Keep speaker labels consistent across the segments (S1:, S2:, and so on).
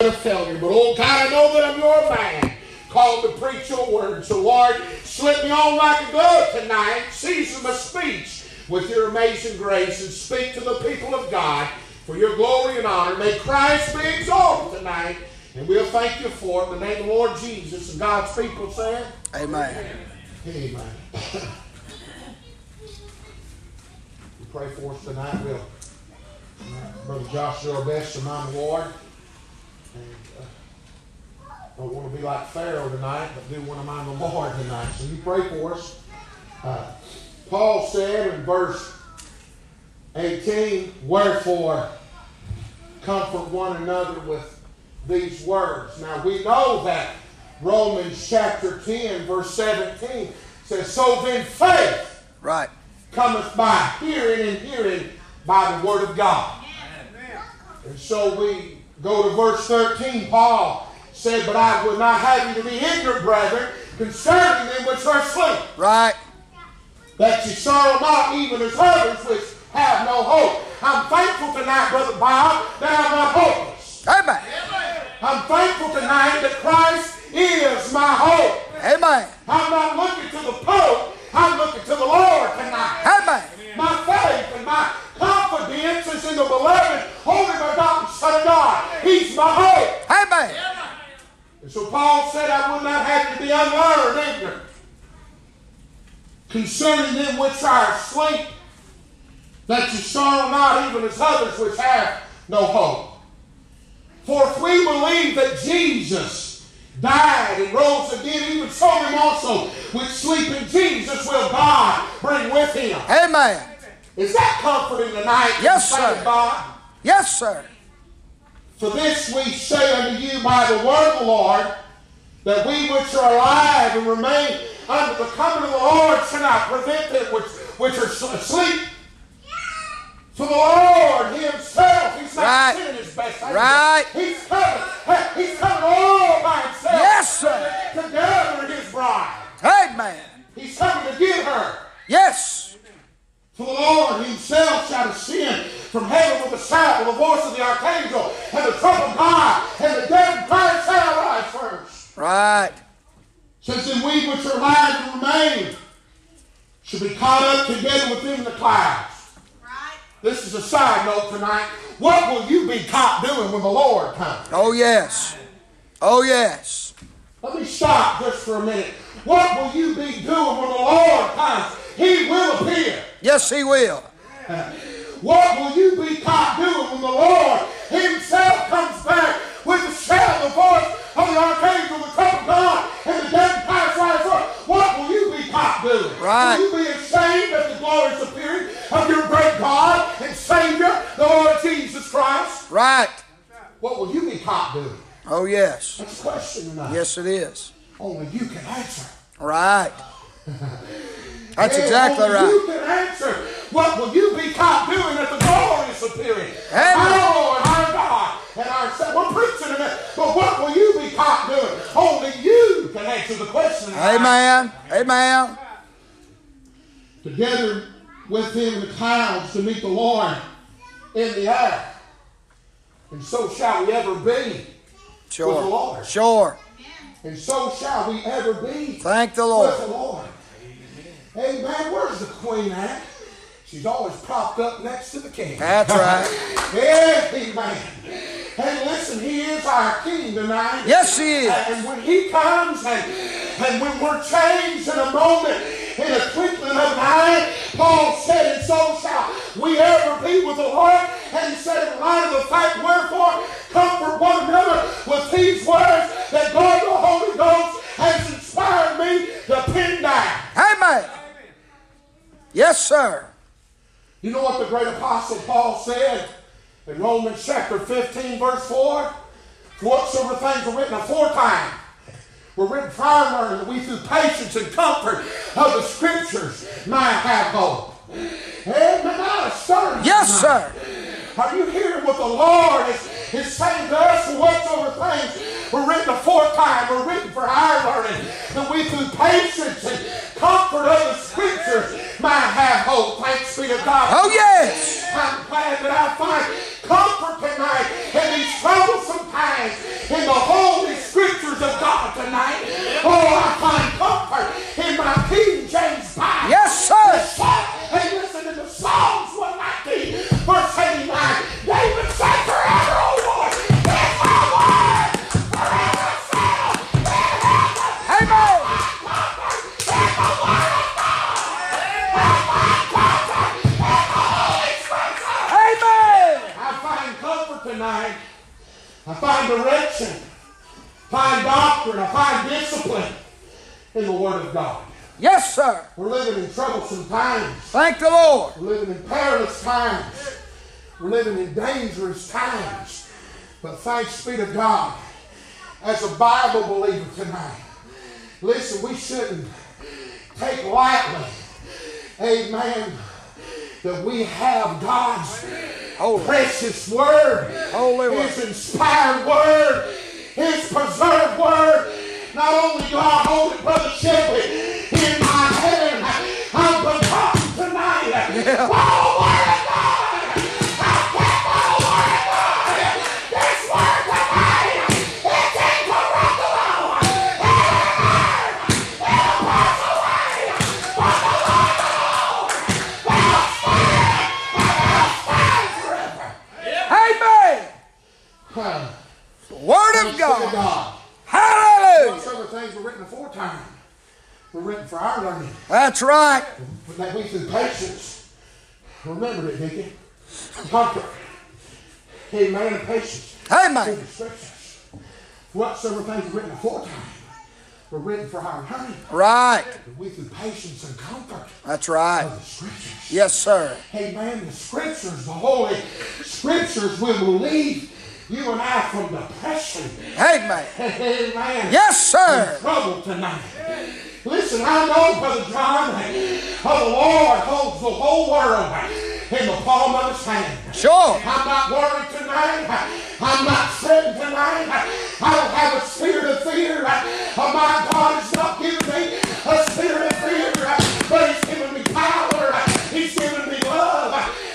S1: a failure. But oh God, I know that I'm your man. Called to preach your word. So Lord, slip me on like a glove tonight. Season my speech with your amazing grace and speak to the people of God for your glory and honor. May Christ be exalted tonight. And we'll thank you for it in the name of the Lord Jesus. And God's people say,
S2: Amen.
S1: Amen. we pray for us tonight. We'll, Brother Josh, do our best to mind Lord. And, uh, don't want to be like Pharaoh tonight, but do want to mind the Lord tonight. So you pray for us. Uh, Paul said in verse 18, Wherefore comfort one another with these words. Now we know that Romans chapter 10, verse 17 says, So then faith
S2: Right.
S1: cometh by hearing and hearing by the word of God. And so we go to verse 13. Paul said, But I would not have you to be ignorant, brethren, concerning them which are asleep,
S2: Right.
S1: that you sorrow not even as others which have no hope. I'm thankful tonight, Brother Bob, that I'm not hopeless.
S2: Amen.
S1: I'm thankful tonight that Christ is my hope.
S2: Amen.
S1: I'm not looking to the Pope, I'm looking to the Lord tonight.
S2: Amen.
S1: My faith and my confidence is in the beloved, holy begotten Son of God. He's my hope.
S2: Amen.
S1: And so Paul said, I would not have you to be unlearned, ignorant, concerning them which are asleep, that you sorrow not even as others which have no hope. For if we believe that Jesus died and rose again, even so them also which sleep in Jesus will God bring with him.
S2: Amen.
S1: Is that comforting tonight?
S2: Yes,
S1: Thank
S2: sir.
S1: God.
S2: Yes, sir.
S1: For this we say unto you by the word of the Lord, that we which are alive and remain unto the coming of the Lord shall not prevent them which, which are s- asleep. For the Lord Himself, He's not
S2: Right.
S1: sending His best angel.
S2: Right.
S1: He's coming. Hey, He's coming all by Himself.
S2: Yes, sir.
S1: To gather His bride.
S2: Amen.
S1: He's coming to get her.
S2: Yes.
S1: For the Lord himself shall descend from heaven with a shout, with the voice of the archangel, and the trump of God, and the dead in Christ shall rise first.
S2: Right.
S1: Since then we which are alive and remain should be caught up together with them in the clouds. This is a side note tonight. What will you be caught doing when the Lord comes?
S2: Oh, yes. Oh, yes.
S1: Let me stop just for a minute. What will you be doing when the Lord comes? He will appear.
S2: Yes, he will.
S1: What will you be caught doing when the Lord Himself comes back with the shout, the voice of the archangel, the trump of God, and the dead in Christ rise first? What will you be caught doing?
S2: Right.
S1: Will you be ashamed of the glorious appearing of your great God and Savior, the Lord Jesus Christ?
S2: Right.
S1: What will you be caught doing?
S2: Oh, yes.
S1: That's a question tonight.
S2: Yes, it is.
S1: Only you can answer.
S2: Right. That's
S1: Yeah,
S2: exactly
S1: only
S2: right.
S1: You can answer. What will you be caught doing at the glorious appearing?
S2: Amen.
S1: Our Lord, our God, and our Sa- We're preaching tonight, but what will you be caught doing? Only you can answer the question. tonight.
S2: Amen. Amen.
S1: Together with him in the clouds to meet the Lord in the air. And so shall we ever be.
S2: Sure. Sure.
S1: And so shall we ever be.
S2: Thank the
S1: Bless
S2: Lord.
S1: the Lord. Amen. Where's the queen at? She's always propped up next to the king.
S2: That's right.
S1: Amen. Hey, listen, he is our king tonight.
S2: Yes, he is.
S1: And when he comes and, and when we're changed in a moment, in a twinkling of an eye, Paul said, and so shall we ever be with the Lord. And he said, in light of the fact, wherefore, comfort one another with these words that God the Holy Ghost has inspired me to pen down.
S2: Amen. Yes, sir.
S1: You know what the great apostle Paul said in Romans chapter 15, verse 4? For whatsoever things were written aforetime were written prior learned that we through patience and comfort of the scriptures might have hope. Amen. Not a certain
S2: Yes, sir.
S1: are you hearing what the Lord is, is saying to us? For whatsoever things were written aforetime, were written for our learning, that we through patience and comfort of the Scriptures might have hope. Thanks be to God.
S2: Oh, yes.
S1: I'm glad that I find comfort tonight in these troublesome times. Oh, find direction, find doctrine, or find discipline in the Word of God.
S2: Yes, sir.
S1: We're living in troublesome times.
S2: Thank the Lord.
S1: We're living in perilous times. We're living in dangerous times. But thanks be to God. As a Bible believer tonight, listen, we shouldn't take lightly, amen, that we have God's
S2: Holy,
S1: precious word,
S2: holy word.
S1: His inspired word, His preserved word. Not only do I hold it, Brother Shepherd, in my hand, I'm begotten tonight. Yeah. Oh, word of God! I kept my word of God! This word tonight, it's incorruptible!
S2: Amen.
S1: Huh.
S2: The Word of
S1: Thanks be to
S2: God.
S1: God.
S2: Hallelujah.
S1: Some of the things were written aforetime were written for our learning.
S2: That's right.
S1: But that we through patience, remember it, Deacon. Comfort. He man of patience. Through
S2: Amen.
S1: the scriptures. Whatsoever things were written aforetime were written for our learning.
S2: Right.
S1: That we through patience and comfort
S2: That's
S1: of
S2: right.
S1: the scriptures.
S2: Yes, sir.
S1: Amen. The scriptures, the holy scriptures will relieve you and I from depression.
S2: Amen.
S1: Amen.
S2: Yes,
S1: in
S2: sir.
S1: trouble tonight. Listen, I know, Brother John, how the Lord holds the whole world in the palm of his hand.
S2: Sure.
S1: I'm not worried tonight. I'm not fretting tonight. I don't have a spirit of fear. Oh, my God has not given me a spirit of fear, but He's given me power. He's given me love.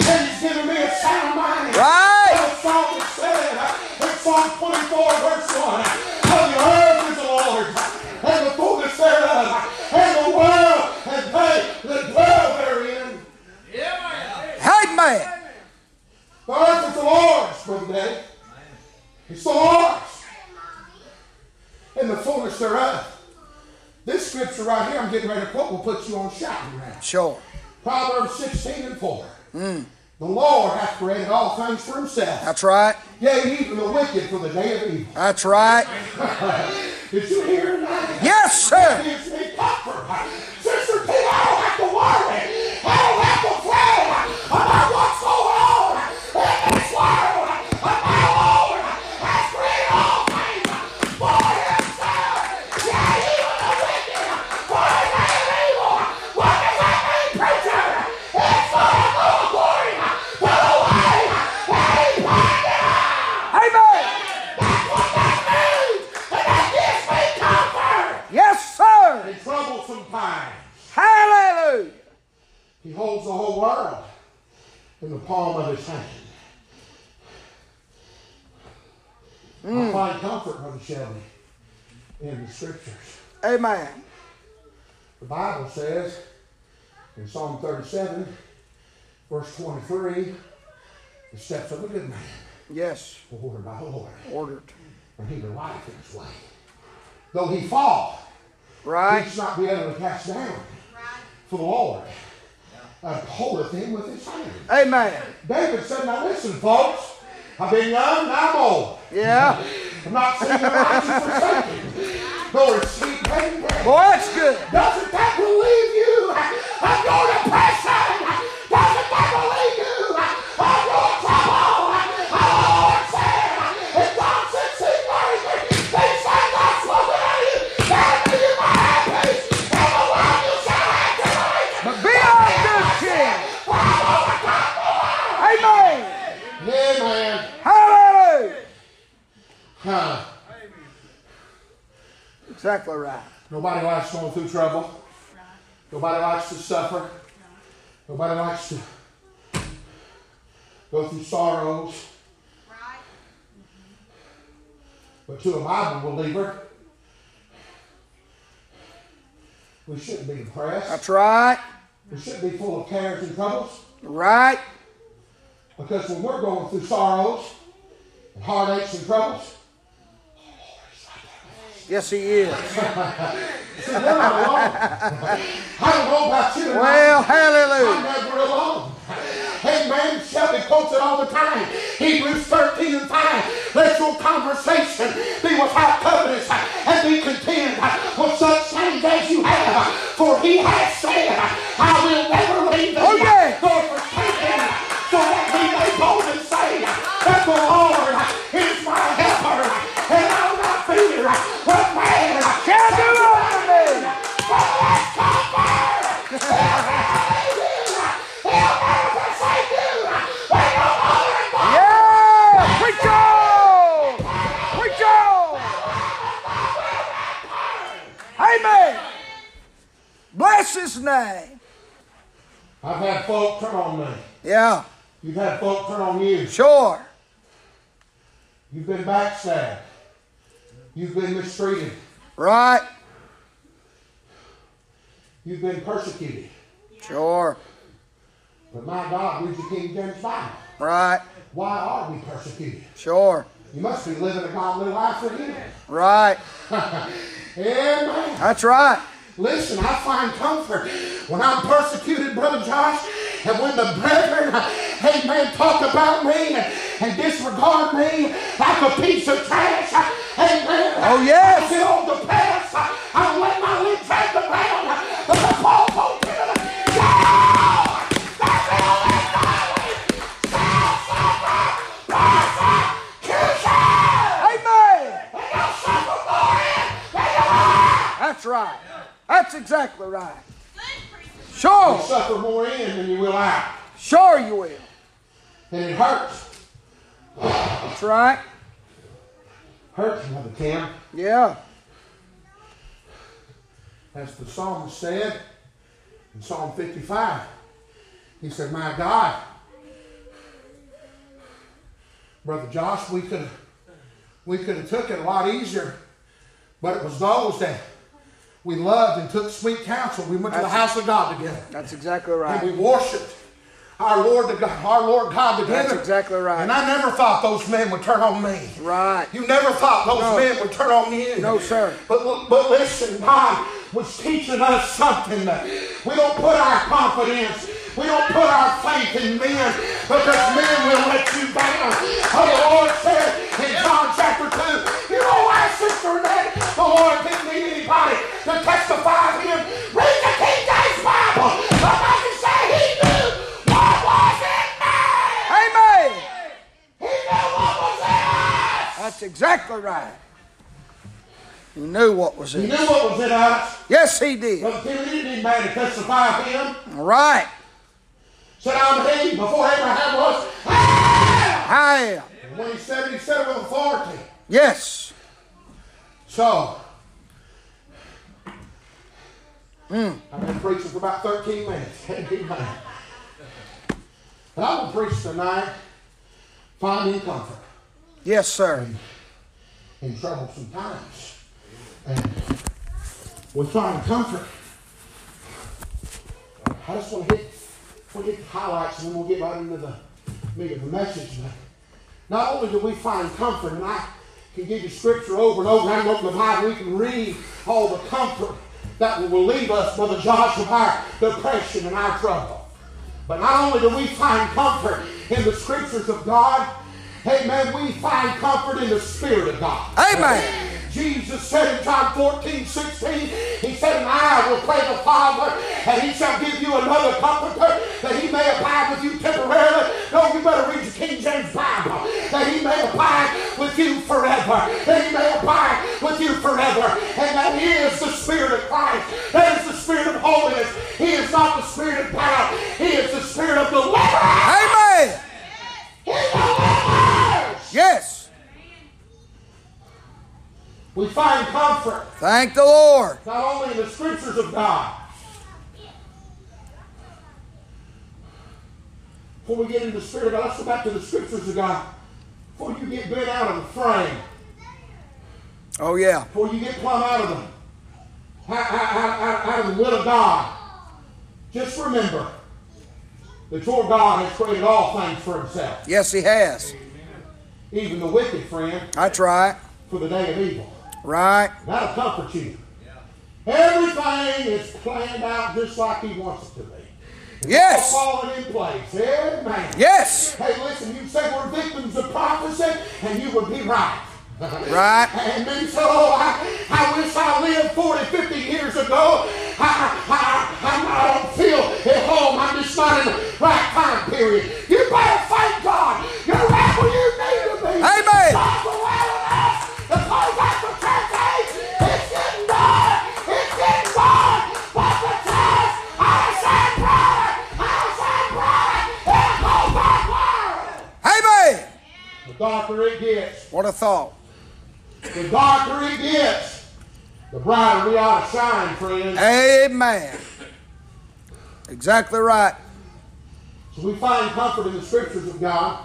S1: And He's given me a sound mind.
S2: Right.
S1: That's all it said in Psalm 24, verse 1. Of the earth is the Lord, and the fullness thereof, and the world, and they that dwell therein.
S2: Amen.
S1: The earth is the Lord's, Brother Daddy. It's the Lord's. And the fullness thereof. This scripture right here I'm getting ready to quote will put you on shouting ground.
S2: Sure.
S1: Proverbs 16 and 4. The Lord hath created all things for himself,
S2: That's right.
S1: yea, even the wicked for the day of evil.
S2: That's right.
S1: Did you hear that?
S2: Yes, sir.
S1: Gives me comfort. Sister T, I don't have to worry. I don't have to fret about what's going on in this world. But my Lord has created all things for himself. Yeah, even the wicked for the day of evil. What does that mean, preacher? It's for the glory to the way that he planned it out.
S2: Amen.
S1: And that gives me comfort.
S2: Yes, sir.
S1: In troublesome times.
S2: Hallelujah.
S1: He holds the whole world in the palm of his hand. I find comfort, Brother Shelby, in the scriptures.
S2: Amen.
S1: The Bible says in Psalm 37, verse 23, the steps of a good man
S2: Yes.
S1: are ordered by the Lord,
S2: Ordered.
S1: and he delighteth in his way. Though he fall, he
S2: Right.
S1: shall not be able to cast down, for the Lord upholdeth him with his hand.
S2: Amen.
S1: David said, Now listen, folks. I've been young, now I'm old.
S2: Yeah.
S1: I'm not seeing the righteous forsaken. Nor is sheep begging bread.
S2: Boy, that's good.
S1: Doesn't that relieve you of your depression? Doesn't that relieve you of your trouble? Our Lord said in John 16, 33, These things I spoke unto you, that you might have peace. In the world you shall have tribulation.
S2: But be of good cheer. Amen.
S1: Yeah, man.
S2: Hallelujah.
S1: Huh.
S2: Exactly right.
S1: Nobody likes going through trouble. Nobody likes to suffer. Nobody likes to go through sorrows. But to a Bible believer, we shouldn't be depressed.
S2: That's right.
S1: We shouldn't be full of cares and troubles.
S2: Right.
S1: Because when we're going through sorrows and heartaches and troubles,
S2: Yes, he is.
S1: see, we're not alone. I don't know about you. tonight.
S2: Well, hallelujah.
S1: I'm never alone. Amen. Shelby quotes it all the time. Hebrews 13 and 5. Let your conversation be without covetous and be content with such things as you have. For he has said, I will never leave thee
S2: Oh, yeah.
S1: nor forsake thee. So that he may boldly say that the Lord is my helper and I'll not fear what man
S2: Shall do unto me. Yeah! Preach on! Preach on! Amen. Bless his name.
S1: I've had folk turn on me.
S2: Yeah,
S1: You've had folk turn on you.
S2: sure.
S1: You've been backstabbed. You've been mistreated.
S2: Right.
S1: You've been persecuted.
S2: Sure.
S1: But my God, read the King James Bible.
S2: Right.
S1: Why are we persecuted?
S2: Sure.
S1: You must be living a godly life for Him.
S2: Right.
S1: Amen.
S2: That's right.
S1: Listen, I find comfort when I'm persecuted, Brother Josh, and when the brethren, amen, talk about me and, and disregard me like a piece of trash. Amen.
S2: Oh, yes.
S1: I get on the pass. I don't let my lid drag the ground. But the Paul told me, "God, that's all that matters. Shall suffer persecution."
S2: Amen.
S1: And I'll suffer for it. And I'll
S2: That's right. That's exactly right. Sure.
S1: suffer more in than you will out.
S2: Sure you will.
S1: And it hurts.
S2: That's right.
S1: Hurts, Brother Tim.
S2: Yeah.
S1: As the psalmist said in Psalm 55, he said, My God, Brother Josh, we could we could have took it a lot easier, but it was those that we loved and took sweet counsel. We went to the house of God together.
S2: That's exactly
S1: and
S2: right.
S1: we worshipped our Lord, to God, our Lord God together.
S2: That's exactly right.
S1: And I never thought those men would turn on me.
S2: Right.
S1: You never thought those
S2: No.
S1: men would turn on you.
S2: No, sir.
S1: But but listen, God was teaching us something. We don't put our confidence. We don't put our faith in men because men will let you down. Oh, the Lord said in John chapter 2, you know why, Sister Annette, the Lord didn't need anybody to testify of him. Read the King James Bible. Somebody say he knew what was in man.
S2: Amen.
S1: He knew what was in us.
S2: That's exactly right. He knew what was
S1: He
S2: in it.
S1: knew what was in us.
S2: Yes, he did.
S1: Brother Timothy didn't need man to testify of him.
S2: Right.
S1: Said I'm he before Abraham was. I
S2: I am.
S1: am. When he said it, he said it with authority.
S2: Yes.
S1: So I've been preaching for about 13 minutes. Amen. But I'm gonna preach tonight, finding comfort
S2: Yes, sir.
S1: in troublesome times. And we find comfort. I just want to hit, we'll hit the highlights and then we'll get right into the meat of the message. But not only do we find comfort, and I can give you scripture over and over, and I can open the Bible, we can read all the comfort that will relieve us, Brother Josh, of our depression and our trouble. But not only do we find comfort in the scriptures of God, amen, we find comfort in the Spirit of God.
S2: Amen.
S1: Jesus said in John 14, 16, He said, And I will pray the Father, and He shall give you another comforter, that He may abide with you temporarily. No, you better read the King James Bible, that He may abide with you forever, that He may abide with you forever. And that is the Spirit of Christ, that is the Spirit of holiness. He is not the Spirit of power, He is the Spirit of deliverance.
S2: Amen.
S1: He delivers.
S2: Yes.
S1: We find comfort
S2: Thank the Lord.
S1: not only in the scriptures of God. Before we get into the spirit of God, let's go back to the scriptures of God. Before you get bent out of the frame,
S2: Oh, yeah.
S1: before you get plumb out of the out, out- out- out- out of the will of God, just remember that your God has created all things for Himself,
S2: Yes, he has.
S1: even the wicked friend,
S2: That's right.
S1: for the day of evil.
S2: Right.
S1: That'll comfort you. Everything is planned out just like he wants it to be.
S2: Yes.
S1: All falling in place. Amen.
S2: Yes.
S1: Hey, listen, you say we're victims of prophecy, and you would be right.
S2: Right.
S1: Amen. So I, I wish I lived 40, 50 years ago. I, I, I, I don't feel at home. I'm just not in the right time period. You better thank God. You're right where you need to be.
S2: Amen.
S1: God's allowing us to close out the campaign. It's getting done. It's getting done. But the test, I said, brother, I said, brother, it'll go backward.
S2: Amen.
S1: The darker it gets,
S2: What a thought.
S1: the darker it gets, the brighter we ought to shine, friends.
S2: Amen. Exactly right.
S1: So we find comfort in the scriptures of God.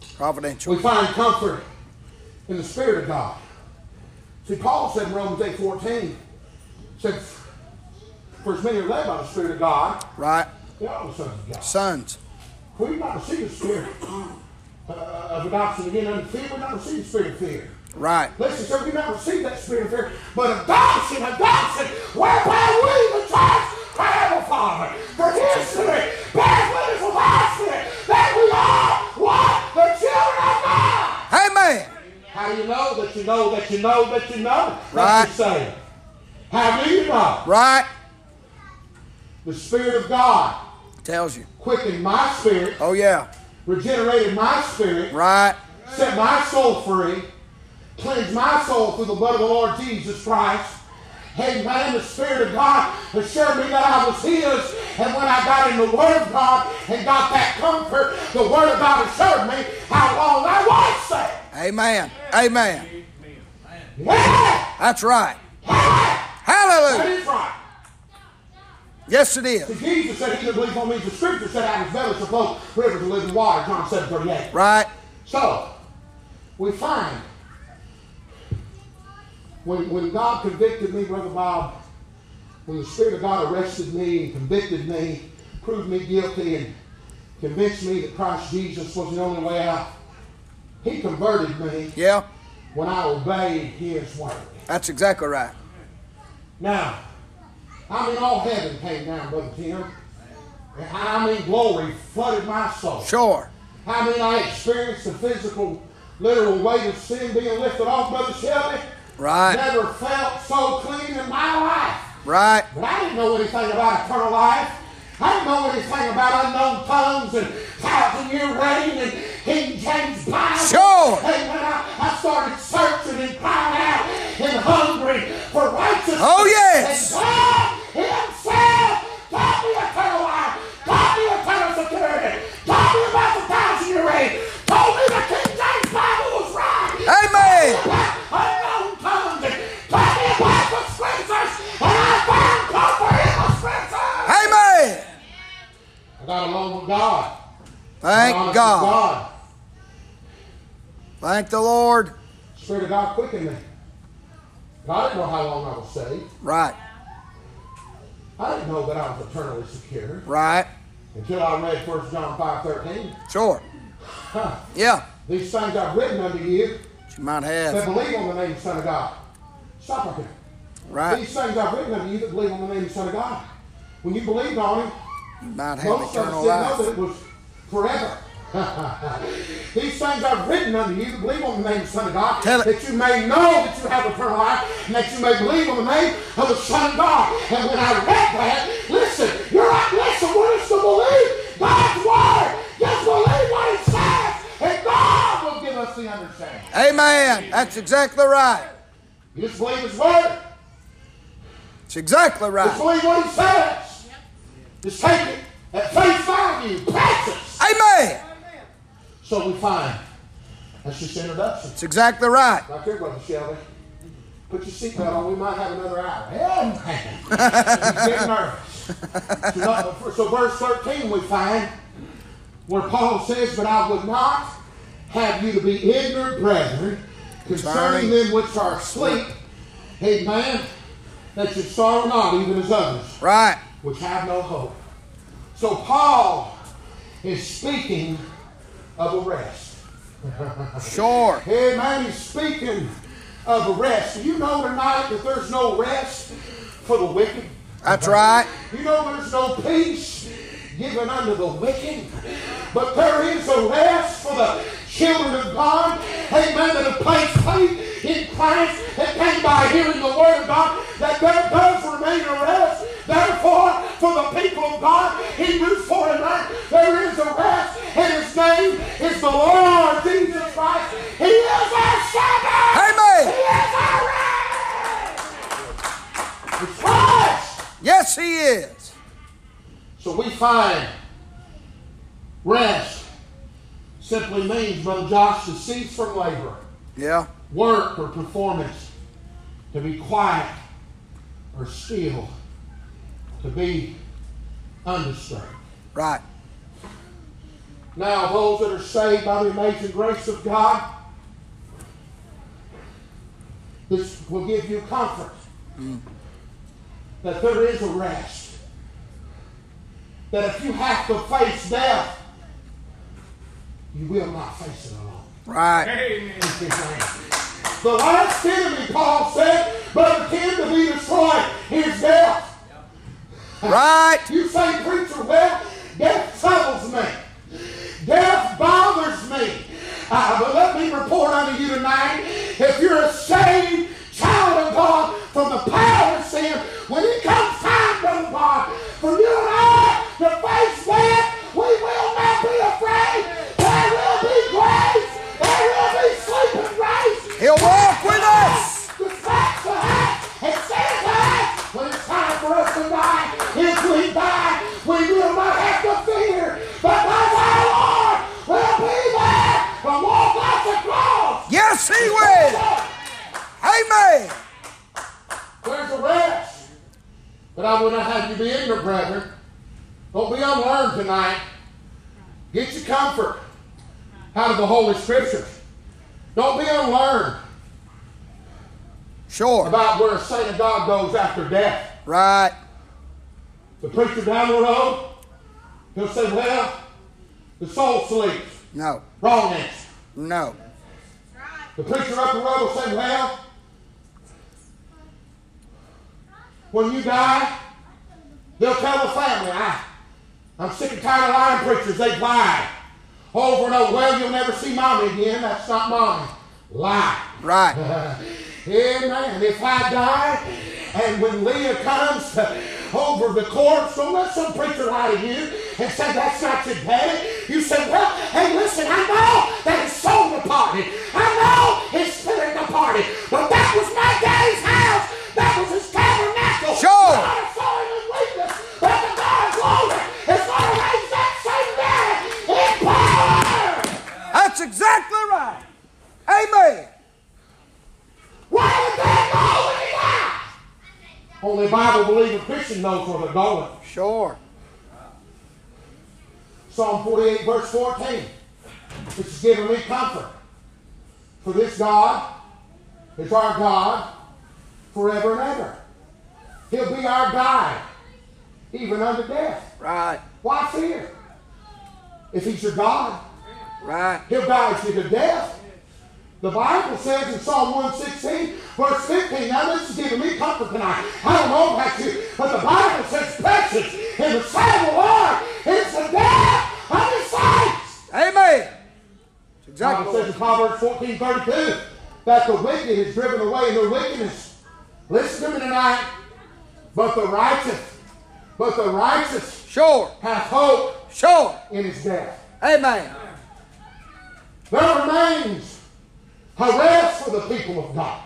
S1: We
S2: Providential.
S1: find comfort in the Spirit of God. See, Paul said in Romans eight fourteen, 14, said, For as many are led by the Spirit of God,
S2: Right.
S1: they are the sons of God.
S2: Sons.
S1: We've got to see the Spirit uh, of adoption again under fear. We've got to see the Spirit of fear.
S2: Right.
S1: Listen, sir, we not receive that spirit of fear, but adoption, adoption, whereby we, the church, have a father. For history bears witness of our spirit that we are what? The children of God.
S2: Amen.
S1: How do you know that you know that you know that you know?
S2: Right.
S1: That's the saying. How do you know?
S2: Right.
S1: The Spirit of God
S2: Tells you.
S1: quickened my spirit,
S2: Oh yeah.
S1: regenerated my spirit,
S2: Right.
S1: set my soul free, cleanse my soul through the blood of the Lord Jesus Christ. Hey man, the Spirit of God assured me that I was His, and when I got in the Word of God and got that comfort, the Word of God assured me how long I was saved.
S2: Amen. Amen.
S1: Yeah,
S2: That's right.
S1: that
S2: Hallelujah.
S1: is right.
S2: Yes, it is.
S1: See, Jesus said, "He that believes on me." The Scripture said, "I was belly to flow rivers of living water." John seven thirty eight.
S2: Right.
S1: So, we find when, when God convicted me, Brother Bob, when the Spirit of God arrested me and convicted me, proved me guilty, and convinced me that Christ Jesus was the only way out, He converted me
S2: Yeah.
S1: when I obeyed His word.
S2: That's exactly right.
S1: Now, I mean, all heaven came down, Brother Tim. And I mean, glory flooded my soul.
S2: Sure.
S1: I mean, I experienced the physical, literal weight of sin being lifted off, Brother Shelby.
S2: Right.
S1: Never felt so clean in my life.
S2: Right.
S1: But I didn't know anything about eternal life. I didn't know anything about unknown tongues and thousand year reign and King James Bible.
S2: Sure.
S1: And when I, I started searching and crying out and hungry for righteousness.
S2: Oh, yes.
S1: And God Himself taught me eternal life, taught me eternal security, taught me about the thousand year reign, told me the King James Bible was right.
S2: Amen.
S1: Unknown tongues and taught me about the scriptures, and I found comfort in the scriptures.
S2: Amen.
S1: I got along with God.
S2: Thank God. Thank the Lord.
S1: Spirit of God quickened me. But I didn't know how long I was saved.
S2: Right.
S1: I didn't know that I was eternally secure
S2: Right.
S1: until I read 1 John five thirteen.
S2: Sure. Yeah.
S1: These things I've written unto you
S2: That you might
S1: that
S2: have.
S1: believe on the name of the Son of God. Stop right there.
S2: Right.
S1: These things I've written unto you that believe on the name of the Son of God. When you believed on him,
S2: You might have
S1: most of us
S2: eternal
S1: didn't know that
S2: life.
S1: it was forever. These things I've written unto you that believe on the name of the Son of God,
S2: Tell it.
S1: that you may know that you have eternal life, and that you may believe on the name of the Son of God. And when I read that, listen, you're right, listen, what is to believe? God's word. Just believe what it says, and God will give us the understanding.
S2: Amen. That's exactly right.
S1: You just believe his word.
S2: It's exactly
S1: Just
S2: right.
S1: believe what he says. Just take it at face value. Practice.
S2: Amen.
S1: So we find. That's just introduction.
S2: It's exactly right.
S1: Right there, Brother Shelby. Put your seatbelt on. We might have another hour. Hell, man. He's getting nervous. So, uh, so verse 13 we find where Paul says, But I would not have you to be ignorant, brethren, concerning them which are asleep. Amen. That you sorrow not, even as others
S2: Right.
S1: which have no hope. So Paul is speaking of a rest.
S2: Sure.
S1: Hey man, he's speaking of a rest. Do You know tonight that there's no rest for the wicked.
S2: That's right.
S1: You know there's no peace. given unto the wicked, but there is a rest for the children of God. Amen. That have placed faith in Christ that came by hearing the word of God. That there does remain a rest. Therefore, for the people of God, Hebrews 4 and 9, there is a rest, and his name is the Lord Jesus Christ. He is our shepherd. He
S2: Amen.
S1: is our rest. It's Christ.
S2: Yes, he is.
S1: So we find rest simply means, Brother Josh, to cease from labor,
S2: Yeah.
S1: work, or performance, to be quiet or still, to be undisturbed.
S2: Right.
S1: Now, those that are saved by the amazing grace of God, this will give you comfort that there is a rest. That if you have to face death, you will not face it alone.
S2: Right.
S1: The last enemy, Paul said, but akin to be destroyed is death.
S2: Right.
S1: You say, preacher, well, death troubles me. Death bothers me. Uh, but let me report unto you tonight, if you're a saved child of God from the power of sin, when it comes time, brother God, for you and I to face death, we will not be afraid. There will be grace. There will be sleeping grace.
S2: He'll walk with us.
S1: The facts are hot and stand hot. When it's time for us to die, if we die, we will not have to fear. Because our Lord will be there to walk us across.
S2: Yes, he will. Amen.
S1: There's a rest. But I will not have you be ignorant, brethren. Don't be unlearned tonight. Get your comfort out of the Holy Scriptures. Don't be unlearned
S2: Sure.
S1: about where a saint of God goes after death.
S2: Right.
S1: The preacher down the road, he'll say, Well, the soul sleeps.
S2: No.
S1: Wrong answer.
S2: No.
S1: The preacher up the road will say, Well, when you die, they'll tell the family, I, I'm sick and tired of lying preachers. They've lied over and over. Well, you'll never see mommy again. That's not mine. Lie.
S2: Right.
S1: Amen. If I die and when Leah comes to- over the corpse, don't let some preacher lie to you and say that's not your daddy. You say, well, hey, listen, I know that his soul departed. I know his spirit departed. But that was my daddy's house. That was his tabernacle.
S2: Sure.
S1: God saw him in weakness, but the God of glory is going to raise that same daddy in power.
S2: That's exactly right. Amen.
S1: Why would that go when he died? Only Bible believing Christian knows where they're going.
S2: Sure.
S1: Psalm 48, verse 14, which is giving me comfort. For this God is our God forever and ever. He'll be our guide, even unto death.
S2: Right.
S1: Why fear? If he's your God,
S2: Right.
S1: He'll guide you to death. The Bible says in Psalm 116, verse 15, now this is giving me comfort tonight. I don't know about you, but the Bible says precious in the sight of the Lord is the death of the saints.
S2: Amen. That's
S1: The Bible
S2: exactly.
S1: says in Proverbs 14, 32, that the wicked is driven away in their wickedness. Listen to me tonight. But the righteous, but the righteous
S2: Sure.
S1: hath hope
S2: Sure.
S1: in his death.
S2: Amen.
S1: There remains a rest for the people of God.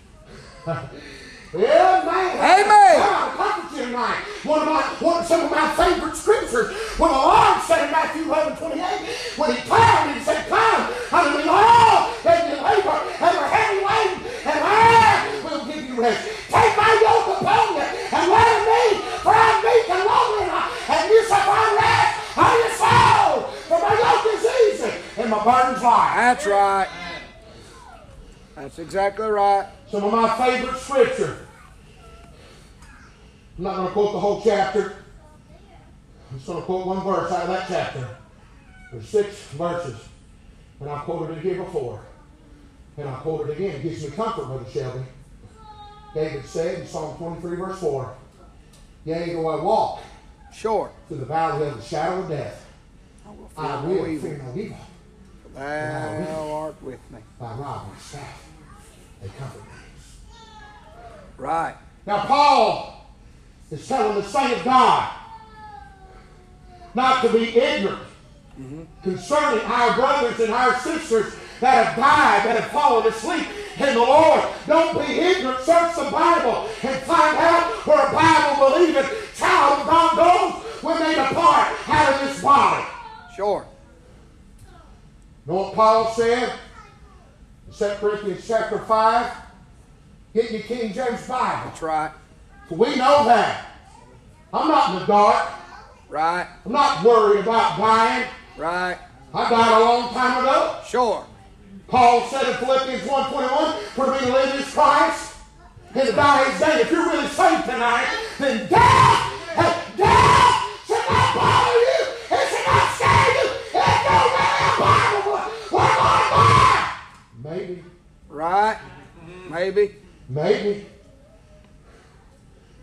S1: yeah, man.
S2: Amen.
S1: I'm talking to you tonight. One of my, one, some of my favorite scriptures. When the Lord said in Matthew 11, 28, when he plowed, he said, Come, I mean, all that you labor and are heavy laden, and I will give you rest. Take my yoke upon you and learn of me, for I'm meek and lowly, and I- and you shall find rest on your soul. For my yoke is easy and my burden's light.
S2: That's right. That's exactly right.
S1: some of my favorite scripture. I'm not going to quote the whole chapter. I'm just going to quote one verse out of that chapter. There's six verses, and I quoted it here before, and I quote it again. It gives me comfort, Brother Shelby. David said in Psalm 23, verse 4, Yea, though I walk
S2: Sure.
S1: through the valley of the shadow of death.
S2: I will fear
S1: I
S2: no
S1: will
S2: evil.
S1: fear no evil.
S2: Thou art with me.
S1: Thy rod and staff, they comfort me.
S2: Right.
S1: Now, Paul is telling the saint of God not to be ignorant concerning our brothers and our sisters that have died, that have fallen asleep in the Lord. Don't be ignorant. Search the Bible and find out where a Bible believing child of God goes when they depart out of this body.
S2: Sure.
S1: Know what Paul said? In 2 Corinthians chapter 5. Get your King James Bible.
S2: That's right.
S1: For we know that. I'm not in the dark.
S2: Right.
S1: I'm not worried about dying.
S2: Right.
S1: I died a long time ago.
S2: Sure.
S1: Paul said in Philippians 1.21, for me to live is Christ and to die is gain. If you're really saved tonight, then death, death should not bother you. It should not scare you. It don't matter Bible. We're going to die. Maybe.
S2: Right. Maybe.
S1: Maybe.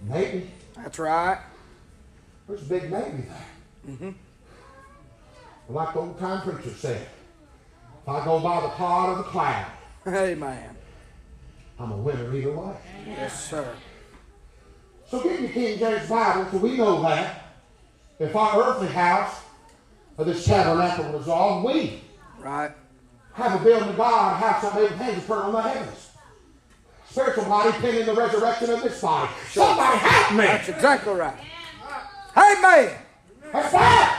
S1: Maybe.
S2: That's right.
S1: There's a big maybe there. Like the old time preacher said, if I go by the cloud or the cloud,
S2: Amen.
S1: I'm a winner either way.
S2: Yes, sir.
S1: So get your King James Bible, for we know that if our earthly house or this tabernacle was all, we
S2: Right.
S1: have a building of God, a house not made with hands, eternal in the heavens. Spiritual body pending the resurrection of this body. Somebody help me!
S2: That's exactly right. Amen.
S1: That's right.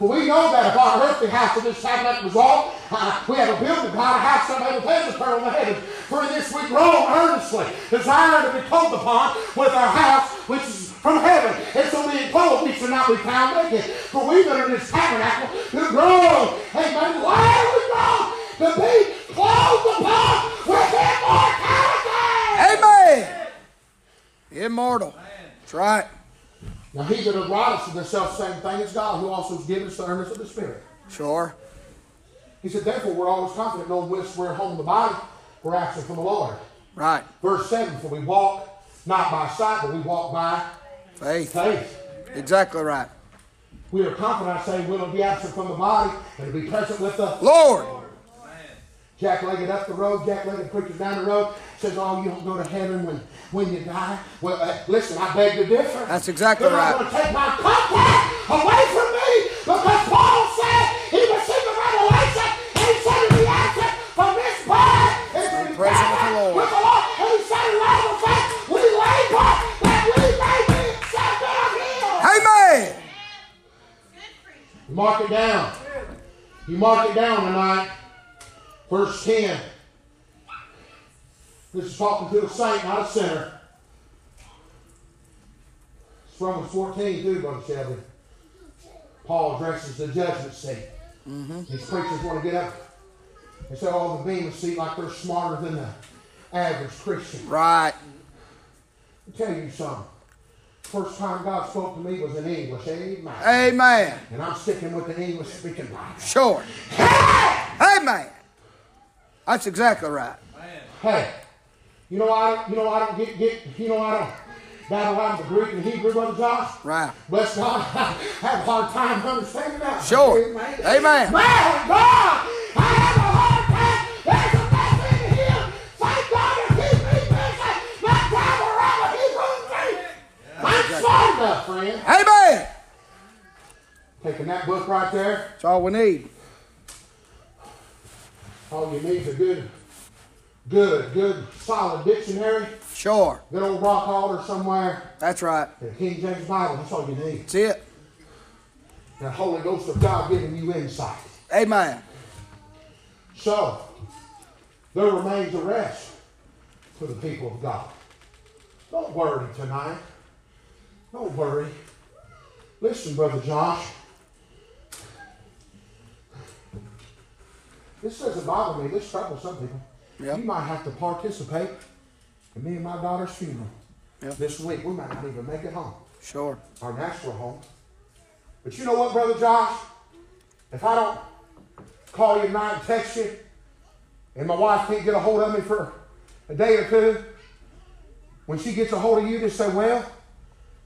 S1: For we know that if our earthly house of this tabernacle was all, uh, we have a building God, a house that made of heaven, eternal in the heavens. For in this we groan earnestly, desiring to be clothed upon with our house which is from heaven. And so being clothed, we shall not be found naked. For we that are in this tabernacle do groan. Amen. Why do we groan? To be clothed upon with immortality.
S2: Amen. Immortal. That's right.
S1: Now he that had wrought us to the self same thing as God, who also has given us the earnest of the Spirit.
S2: Sure.
S1: He said, therefore, we're always confident, knowing which we're at home in the body, we're actually from the Lord.
S2: Right.
S1: Verse 7, for we walk not by sight, but we walk by
S2: Faith.
S1: faith.
S2: Exactly right.
S1: We are confident, I say, we'll be absent from the body and to be present with the
S2: Lord.
S1: jack legged up the road, jack legged preachers down the road. Says, oh, you don't go to heaven when, when you die. Well, uh, listen, I beg to differ.
S2: That's exactly
S1: They're not
S2: right.
S1: going to take my comfort away from me because Paul said he received a revelation and he said the answer from this body is to be
S2: present with the Lord.
S1: With the Lord. And he said in all the faith, we labor that we may be accepted of him.
S2: Amen.
S1: Mark it down. You mark it down tonight. Verse 10. This is talking to a saint, not a sinner. It's Romans 14, too, Brother Shelby. Paul addresses the judgment seat. These preachers want to get up and say, oh, the beam seat like they're smarter than the average Christian.
S2: Right.
S1: Let me tell you something. First time God spoke to me was in English. Amen.
S2: Amen.
S1: And I'm sticking with the English speaking Bible.
S2: Sure. Amen. That's exactly right.
S1: Hey, you know why I don't, you know why I don't get, get you know why I don't battle out the Greek and Hebrew, brother Josh?
S2: Right.
S1: Bless God, I have a hard time understanding that.
S2: Sure.
S1: Amen.
S2: Amen.
S1: Man, God, I have a hard time. There's a blessing in here. Thank God to keep me busy. Not drive around a Hebrew Greek. I'm smart enough, friend.
S2: Amen.
S1: Taking that book right there,
S2: That's all we need.
S1: all you need is a good, good, good, solid dictionary.
S2: Sure.
S1: Good old rock altar somewhere.
S2: That's right.
S1: The King James Bible, that's all you need.
S2: That's it.
S1: The Holy Ghost of God giving you insight.
S2: Amen.
S1: So, there remains a rest for the people of God. Don't worry tonight. Don't worry. Listen, Brother Josh. This doesn't bother me. This troubles some people.
S2: Yep.
S1: You might have to participate in me and my daughter's funeral
S2: Yep.
S1: this week. We might not even make it home.
S2: Sure.
S1: our natural home. But you know what, Brother Josh? If I don't call you tonight and text you, and my wife can't get a hold of me for a day or two, when she gets a hold of you, just say, Well,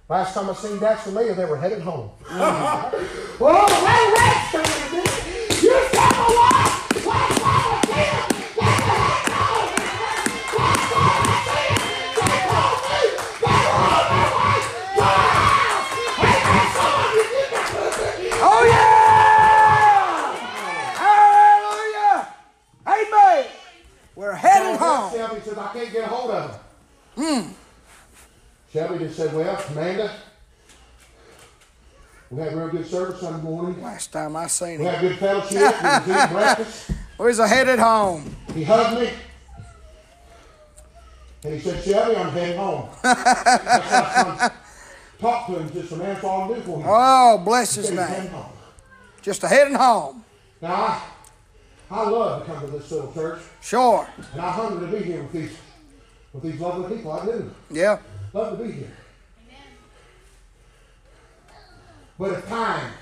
S1: Last time I seen Dax and Leah, they were headed home. Whoa, hey, Rex, come here, dude. You son of a what? What's wrong with you? What the heck's wrong with you? What's wrong with you? They called me. They were on their way to our house. Hey, Rex, somebody get that pussy.
S2: Oh yeah! Hallelujah! Amen. We're headed
S1: Oh,
S2: home. Hmm.
S1: Shelby says, I can't get a hold of him. Shelby just said, well, Amanda, we had real good service Sunday morning.
S2: Last time I seen
S1: We
S2: him,
S1: had good fellowship. We was eating breakfast.
S2: we was headed home.
S1: He hugged me. And he said, Shelby, I'm heading home. That's why I come Talk to him just a man all do for him.
S2: Oh, bless
S1: He said,
S2: his
S1: "He's
S2: name.
S1: heading home."
S2: Just a heading home.
S1: Now, I, I love to come to this little church,
S2: Sure.
S1: and I hunger to be here with these, with these lovely people. I do.
S2: Yeah.
S1: Love to be here. But if time,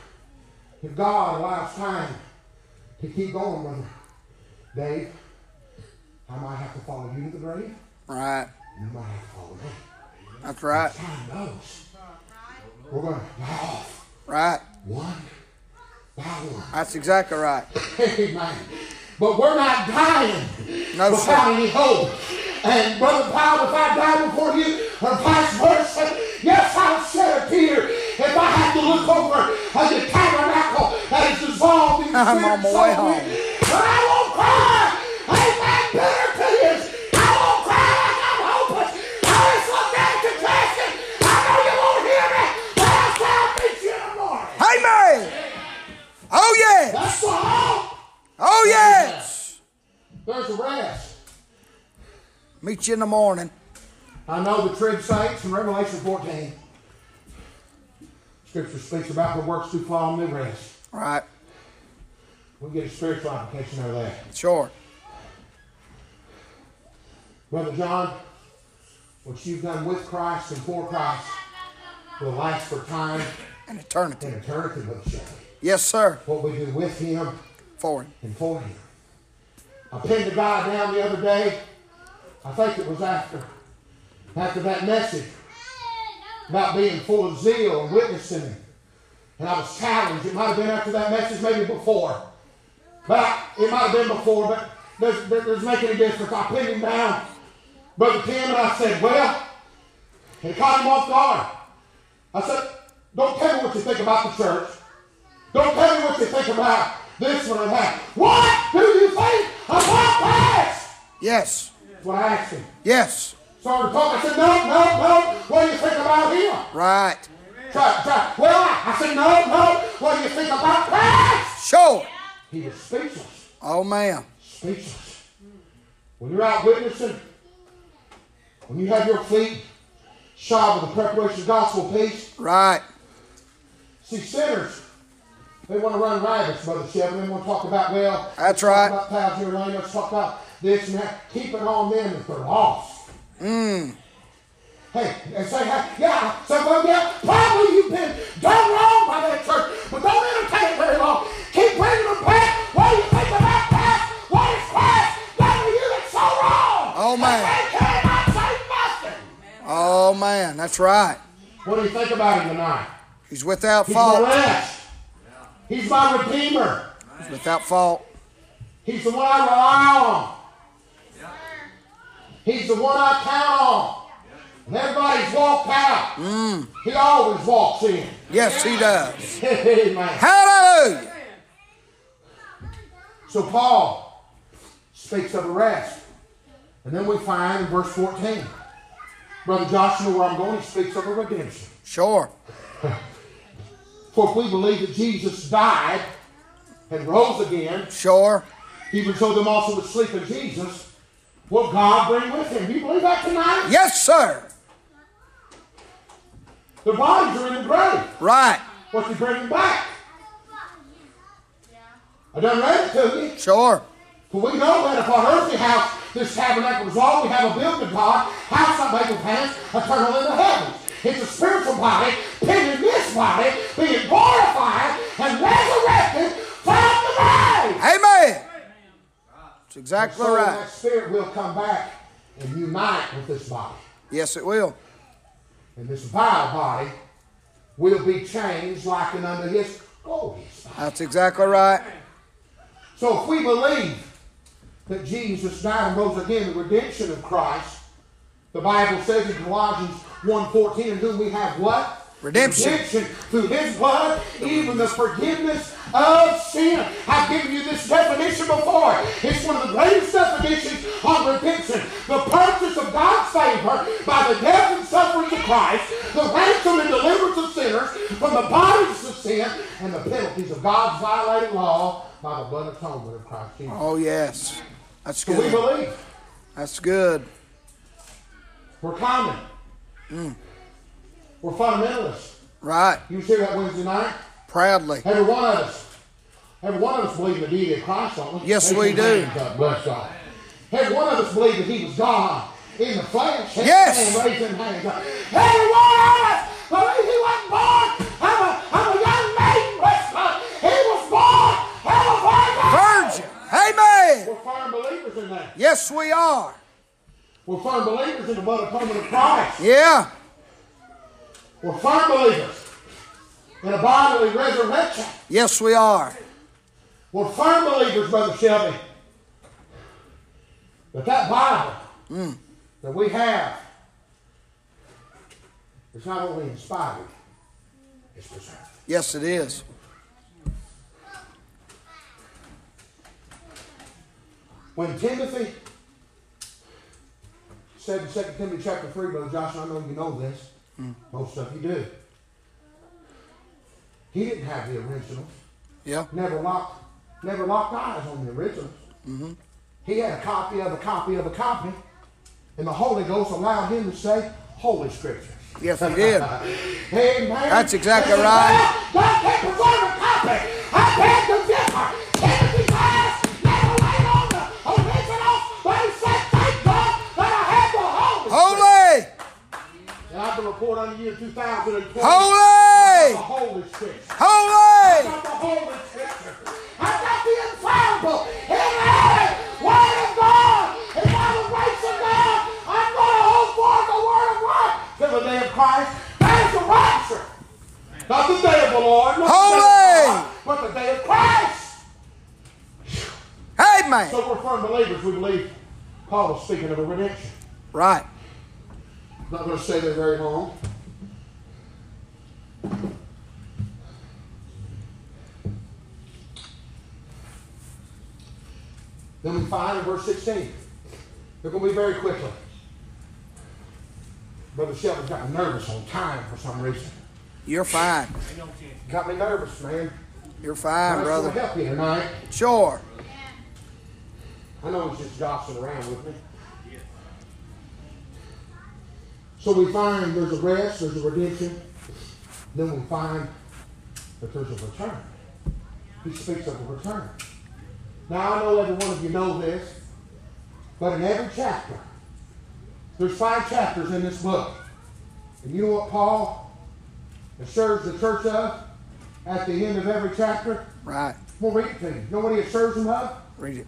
S1: if God allows time to keep going, Brother Dave, I might have to follow you to the grave.
S2: Right.
S1: You might have to follow me.
S2: That's right.
S1: Time knows. We're going to die off
S2: Right.
S1: one by one.
S2: That's exactly right.
S1: Amen. But we're not dying
S2: No, sir.
S1: without any hope. And Brother Powell, if I die before you, or vice versa, yes, I'll shed a tear if I have to look over at the tabernacle that is dissolved in
S2: I'm
S1: sin
S2: on my
S1: so
S2: way home.
S1: quick. But I won't cry. Amen. Bitter tears. I won't cry like I'm hopeless. I just look down at confession. I know you won't hear me, but I'll say I'll meet you in the morning.
S2: Amen. Oh yeah.
S1: That's the hope.
S2: Oh yes.
S1: There's a rest.
S2: Meet you in the morning.
S1: I know the trib saints in Revelation 14. Scripture speaks about the works through fall and the rest.
S2: Right.
S1: We get a spiritual application out of that.
S2: Sure.
S1: Brother John, what you've done with Christ and for Christ will last for time
S2: And eternity.
S1: and eternity, Brother Shelley.
S2: Yes, sir.
S1: What we do with Him
S2: For him.
S1: and for Him. I pinned a guy down the other day. I think it was after after that message about being full of zeal and witnessing. And I was challenged. It might have been after that message, maybe before. But it might have been before, but does, does, does make any difference. I pinned him down, Brother Tim, and I said, Well, and it caught him off guard. I said, Don't tell me what you think about the church. Don't tell me what you think about this one and that. What do you think about this?
S2: Yes.
S1: That's what I asked him.
S2: Yes.
S1: Started talking. I said, No, no, no. What do you think about him?
S2: Right.
S1: Try, try. Well, I, I said, no, no. What do you think about Christ?
S2: Sure.
S1: He was speechless.
S2: Oh man.
S1: Speechless. When you're out witnessing, when you have your feet shod with the preparation of gospel peace,
S2: Right.
S1: see sinners, they want to run rabbits, Brother Shevlin. They want to talk about, well,
S2: That's
S1: talk
S2: right.
S1: about pals here, Lane. Let's talk about this and that. Keep it on them if they're lost.
S2: Mm.
S1: Hey, and say, hey, yeah, so well, yeah, probably you've been done wrong by that church, but don't entertain it very long. Keep bringing them back. What do you think about past? What is past? That you that's so wrong.
S2: Oh, man.
S1: And They cannot say nothing.
S2: Oh man. That's right.
S1: What do you think about him tonight?
S2: He's without
S1: He's my
S2: fault.
S1: rest. He's my redeemer.
S2: He's without fault.
S1: He's the one I rely on. He's the one I count on. And everybody's walked out. He always walks in.
S2: Yes, he does.
S1: Amen.
S2: Hallelujah.
S1: So Paul speaks of a rest. And then we find in verse 14, Brother Joshua, where I'm going, he speaks of a redemption.
S2: Sure.
S1: For if we believe that Jesus died and rose again,
S2: Sure.
S1: even so them also that sleep in Jesus, will God bring with him? Do you believe that tonight?
S2: Yes, sir.
S1: The bodies are in the grave.
S2: Right.
S1: What you bring him back? I done read it to you.
S2: Sure.
S1: For we know that upon earthly house this tabernacle is all we have a building of God, house not made with hands, eternal in the heavens. It's a spiritual body, pending this body, being glorified and resurrected from the grave.
S2: Amen. That's
S1: So
S2: exactly
S1: that
S2: right.
S1: spirit will come back and unite with this body.
S2: Yes, it will.
S1: and this vile body will be changed like and under his glorious body.
S2: That's exactly right.
S1: So if we believe that Jesus died and rose again, the redemption of Christ, the Bible says in Colossians 1.14, in whom we have what?
S2: Redemption.
S1: Redemption through his blood, even the forgiveness of sin. I've given you this definition before. It's one of the greatest definitions on redemption. The purchase of God's favor by the death and suffering of Christ, the ransom and deliverance of sinners from the bondage of sin and the penalties of God's violated law by the blood atonement of Christ Jesus.
S2: Oh, yes. That's
S1: So we
S2: good.
S1: believe.
S2: That's good.
S1: We're common. We're fundamentalists.
S2: Right.
S1: You was here that Wednesday night?
S2: Proudly.
S1: Every one of us. Every one of us believe in the deity of Christ, don't we?
S2: Yes,
S1: Raise
S2: we
S1: your
S2: do.
S1: hands up, Bless God. Every one of us believe that he was God in the flesh. Every
S2: Yes.
S1: man raise them hands up. Every one of us believe he wasn't born of a, of a young maiden. Bless God. He was born of a virgin.
S2: Virgin. Amen.
S1: We're firm believers in that.
S2: Yes, we are.
S1: We're firm believers in the blood atonement of Christ.
S2: Yeah.
S1: We're firm believers in a bodily resurrection.
S2: Yes, we are.
S1: We're firm believers, Brother Shelby, that that Bible that we have is not only inspired, it's preserved.
S2: Yes, it is.
S1: When Timothy said in 2 Timothy chapter 3, Brother Joshua, I know you know this. Most of you do. He didn't have the originals.
S2: Yeah.
S1: never locked never locked eyes on the originals.
S2: Mm-hmm.
S1: He had a copy of a copy of a copy, and the Holy Ghost allowed him to say Holy Scripture.
S2: Yes, we did.
S1: Amen.
S2: That's exactly
S1: Listen,
S2: right.
S1: God- God can't preserve a copy. I beg to differ. Timothy's eyes never laid on the originals, but he said, "Thank God that I have the Holy."
S2: Holy.
S1: Scripture." And I have to report on the year 2020. The
S2: Holy.
S1: Holy Scripture.
S2: Holy.
S1: I've got the Holy Scripture. I've got the infallible, inherent Word of God. And by the grace of God, I'm going to hold forth the Word of life till the day of Christ. That is the rapture. Not the day of the Lord, not the day of
S2: Holy.
S1: God, but the day of Christ.
S2: Amen.
S1: So we're firm believers. We believe Paul was speaking of a redemption.
S2: Right.
S1: Not going to stay there very long. Then we find in verse 16. They're going to be very quickly. Brother Shelby got nervous on time for some reason.
S2: You're fine.
S1: Got me nervous, man.
S2: You're fine,
S1: I'm to
S2: brother.
S1: help you tonight.
S2: Sure.
S1: I know he's just joshing around with me. So we find there's a rest, there's a redemption. Then we find that there's a return. He speaks of a return. Now I know every one of you know this, but in every chapter, there's five chapters in this book. And you know what Paul assures the church of at the end of every chapter?
S2: Right.
S1: We'll read it to you. Know what he assures them of?
S2: Read it.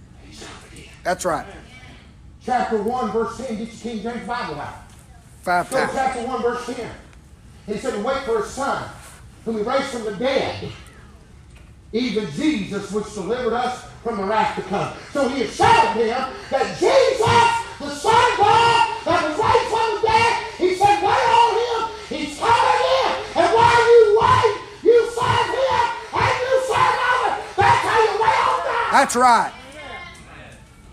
S2: That's right.
S1: chapter 1, verse 10. Get your King James Bible out.
S2: Five
S1: Go to
S2: times.
S1: chapter 1, verse 10. He said, "And Wait for his son, whom he raised from the dead, even Jesus, which delivered us from the wrath to come. So he assured him that Jesus, the Son of God, that was raised from the dead, he said, Wait on him. He's coming in. And while you wait, you serve him and you serve others. That's how you wait on God.
S2: That's right.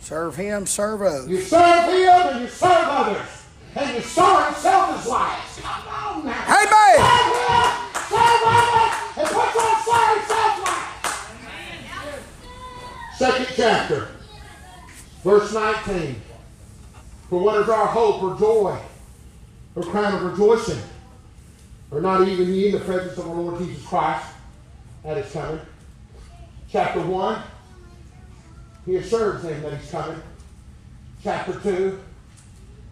S2: Serve him, serve others.
S1: You serve him and you serve others. And you serve yourself as last. Come on now.
S2: Amen.
S1: Serve him, serve others, and put yourself yourself last. Second chapter, verse 19. For what is our hope or joy or crown of rejoicing? Or not even ye in the presence of our Lord Jesus Christ at his coming. Chapter 1, he assures them that he's coming. Chapter 2,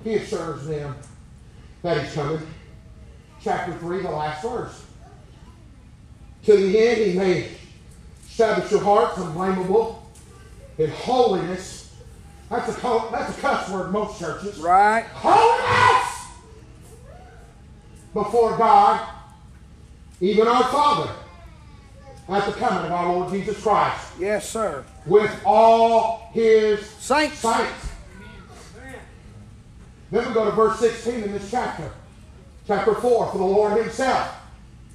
S1: he assures them that he's coming. Chapter 3, the last verse. To the end, he may establish your hearts unblameable in holiness. That's a, co- that's a cuss word in most churches.
S2: Right.
S1: Holiness! before God, even our Father, at the coming of our Lord Jesus Christ
S2: Yes, sir.
S1: with all his
S2: Saints.
S1: saints. Then we go to verse 16 in this chapter. Chapter 4, for the Lord himself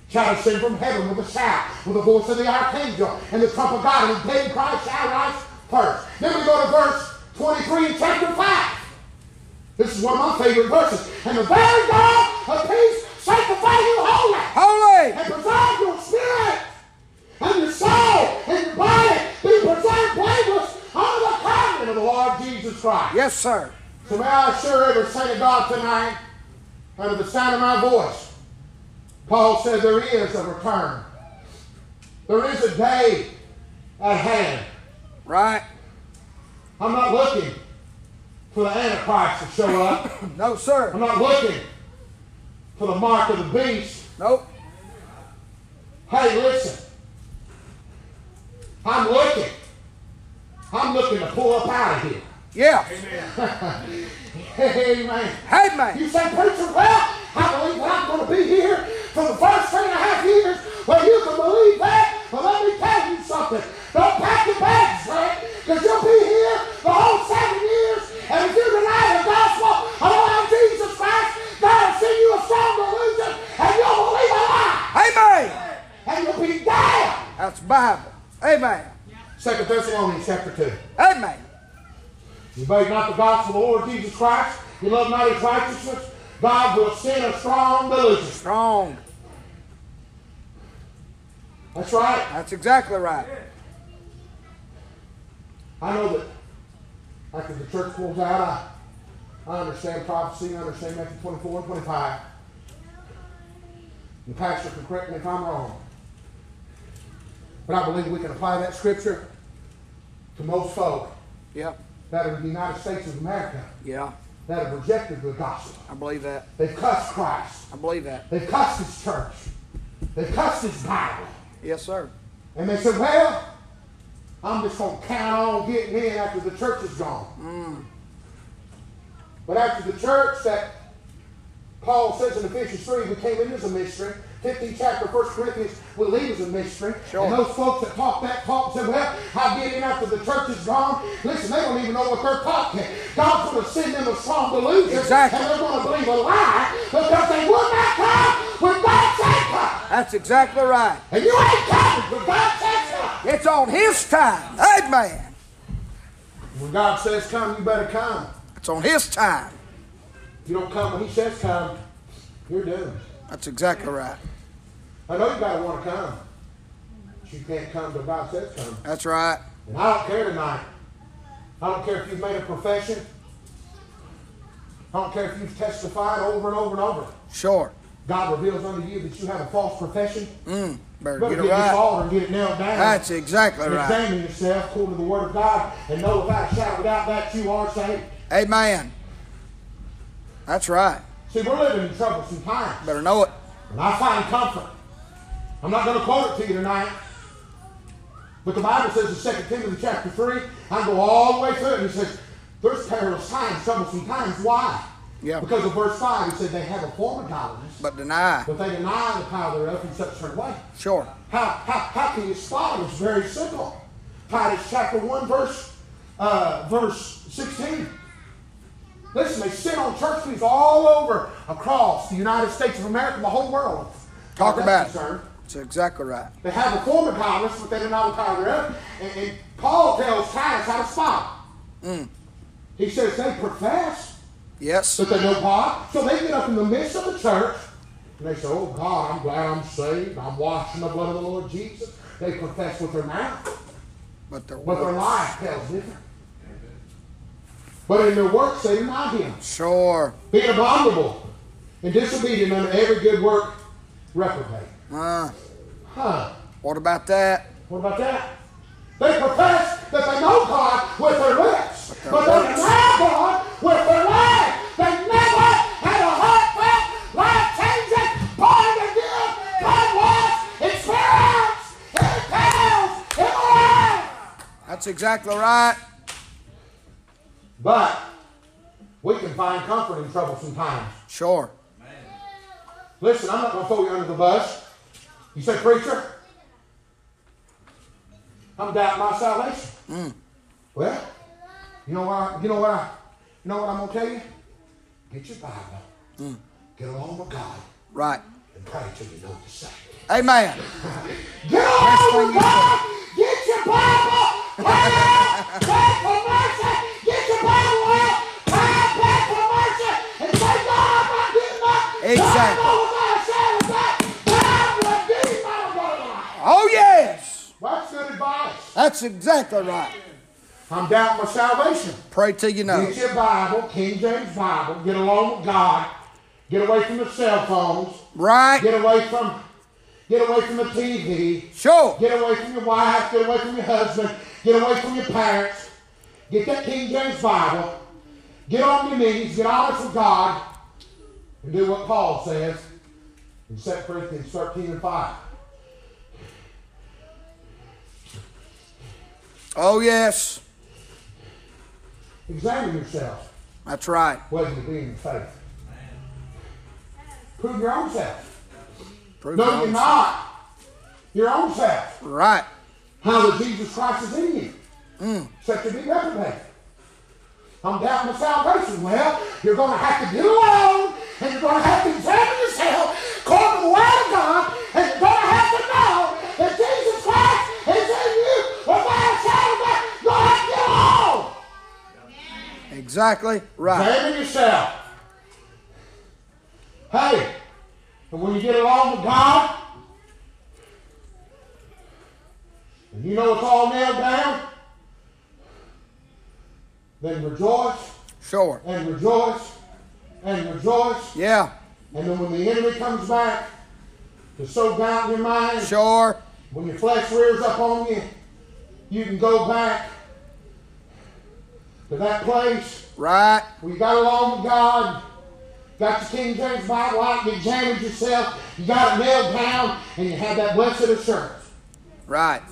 S1: shall descend from heaven with a shout, with the voice of the archangel, and the trump of God, and the dead in Christ shall rise first. Then we go to verse 23 in chapter 5. This is one of my favorite verses. And the very God of peace sanctify you wholly
S2: Holy.
S1: and preserve your spirit and your soul and your body be preserved blameless under the covenant of the Lord Jesus Christ.
S2: Yes, sir.
S1: So may I assure every saint of God tonight, under the sound of my voice, Paul said there is a return. There is a day at hand.
S2: Right.
S1: I'm not looking for the Antichrist to show up.
S2: No,
S1: I'm
S2: sir.
S1: not looking for the mark of the beast
S2: Nope.
S1: Hey, listen. I'm looking. I'm looking to pull up out of here.
S2: Yeah.
S1: Hey, man.
S2: Hey, man.
S1: You say, preacher, well, I believe that I'm going to be here for the first three and a half years. Well, you can believe that, but let me tell you something. Don't pack your bags, man, because you'll be here the whole seven years. And if you deny the gospel of the Lord Jesus Christ, God will send you a strong delusion, and you'll believe a lie,
S2: Amen.
S1: and you'll be damned.
S2: That's Bible. Amen.
S1: Second Thessalonians chapter 2.
S2: Amen.
S1: You obey not the gospel of the Lord Jesus Christ, you love not his righteousness, God will send a strong delusion.
S2: Strong.
S1: That's right.
S2: That's exactly right.
S1: I know that after the church pulls out, I, I understand prophecy, I understand Matthew 24 and 25. The pastor can correct me if I'm wrong. But I believe we can apply that scripture to most folk
S2: Yep.
S1: that are in the United States of America
S2: Yeah.
S1: that have rejected the gospel.
S2: I believe that.
S1: They've cussed Christ.
S2: I believe that.
S1: They've cussed his church. They've cussed his Bible.
S2: Yes, sir.
S1: And they said, well, I'm just going to count on getting in after the church is gone.
S2: Mm.
S1: But after the church that Paul says in Ephesians 3, we came in as a mystery. 15th chapter, 1 Corinthians, will leave as a mystery.
S2: Sure.
S1: And those folks that talk that talk say, well, I'll get in after the church is gone. Listen, they don't even know what they're talking. God's going to send them a strong delusion.
S2: Exactly.
S1: And they're going to believe a lie because they would not come when God said come.
S2: That's exactly right.
S1: And you ain't coming when God said come.
S2: It's on his time. Amen.
S1: When God says come, you better come.
S2: It's on his time.
S1: If you don't come when He says come, you're doomed.
S2: That's exactly right.
S1: I know you gotta want to come, but you can't come till God says come.
S2: That's right.
S1: And I don't care tonight. I don't care if you've made a profession. I don't care if you've testified over and over and over.
S2: Sure.
S1: God reveals unto you that you have a false profession.
S2: Mm.
S1: Better
S2: Better get it
S1: get this
S2: right.
S1: altar and get it nailed down.
S2: That's exactly
S1: and
S2: right.
S1: examine yourself according to the Word of God and know without a shadow of doubt that you are saved.
S2: Amen. That's right.
S1: See, we're living in troublesome times.
S2: Better know it.
S1: And I find comfort. I'm not going to quote it to you tonight. But the Bible says in 2 Timothy chapter 3, I go all the way through it and it says, there's perilous times, troublesome times. Why?
S2: Yeah.
S1: Because of verse 5, it said they have a form of godliness,
S2: But deny.
S1: but they deny the power thereof in such a way.
S2: Sure.
S1: How, how, how can you spot it? It's very simple. Titus chapter 1, verse, uh, verse 16. Listen, they sit on church pews all over across the United States of America, the whole world.
S2: Talk
S1: That's
S2: about it.
S1: concerned.
S2: That's exactly right.
S1: They have a form of godliness, but they do not power thereof. And, and Paul tells Titus how to spot.
S2: Mm.
S1: it. He says they profess,
S2: Yes.
S1: but they know God. So they get up in the midst of the church and they say, Oh God, I'm glad I'm saved. I'm washed in the blood of the Lord Jesus. They profess with their mouth,
S2: But they're
S1: but their life tells different. But in their works, they deny Him,
S2: Sure.
S1: being abominable and disobedient unto every good work, reprobate.
S2: Uh,
S1: Huh.
S2: what about that?
S1: What about that? They profess that they know God with their lips, but they deny God with their life. They never had a heartfelt, life-changing, born-again, God-washed experience in towns in the world.
S2: That's exactly right.
S1: But we can find comfort in troublesome times.
S2: Sure.
S1: Listen, I'm not going to throw you under the bus. You say, preacher, I'm doubting my salvation. Well, you know what? I, you know what? I, you know what I'm going to tell you? Get your Bible. Get along with God
S2: Right.
S1: and pray till you know the same.
S2: Amen.
S1: Get along with God. Get your Bible. Pray. Pray for mercy. Get your Bible out. Pray. Pray for mercy. And say, God, I did not.
S2: Exactly.
S1: God knows I shall die. God redeemed my life.
S2: Oh, yes.
S1: That's good advice.
S2: That's exactly right.
S1: I'm doubting my salvation.
S2: Pray till you know.
S1: Get your Bible, King James Bible. Get along with God. Get away from the cell phones.
S2: Right.
S1: Get away from, get away from the TV.
S2: Sure.
S1: Get away from your wife. Get away from your husband. Get away from your parents. Get that King James Bible. Get on your knees. Get honest with God. And do what Paul says in 2 Corinthians 13 and 5.
S2: Oh, yes.
S1: Examine yourself
S2: That's right.
S1: whether you be in the faith. Prove your own self.
S2: Prove
S1: No,
S2: it.
S1: you're not. Your own self.
S2: Right.
S1: How that Jesus Christ is in you. Except to be reprobated. I'm doubting my salvation. Well, you're going to have to get alone, and you're going to have to examine yourself according to the word of God, and you're going to have to know that Jesus Christ is in you, or by salvation, you're going to have to get alone.
S2: Exactly right.
S1: Examine yourself. Hey, and when you get along with God, and you know it's all nailed down, then rejoice
S2: Sure.
S1: and rejoice and rejoice.
S2: Yeah.
S1: And then when the enemy comes back to sow doubt in your mind,
S2: Sure.
S1: when your flesh rears up on you, you can go back to that place
S2: Right.
S1: where you got along with God, got your King James Bible out, you examined yourself, you got it nailed down, and you had that blessed assurance.
S2: Right.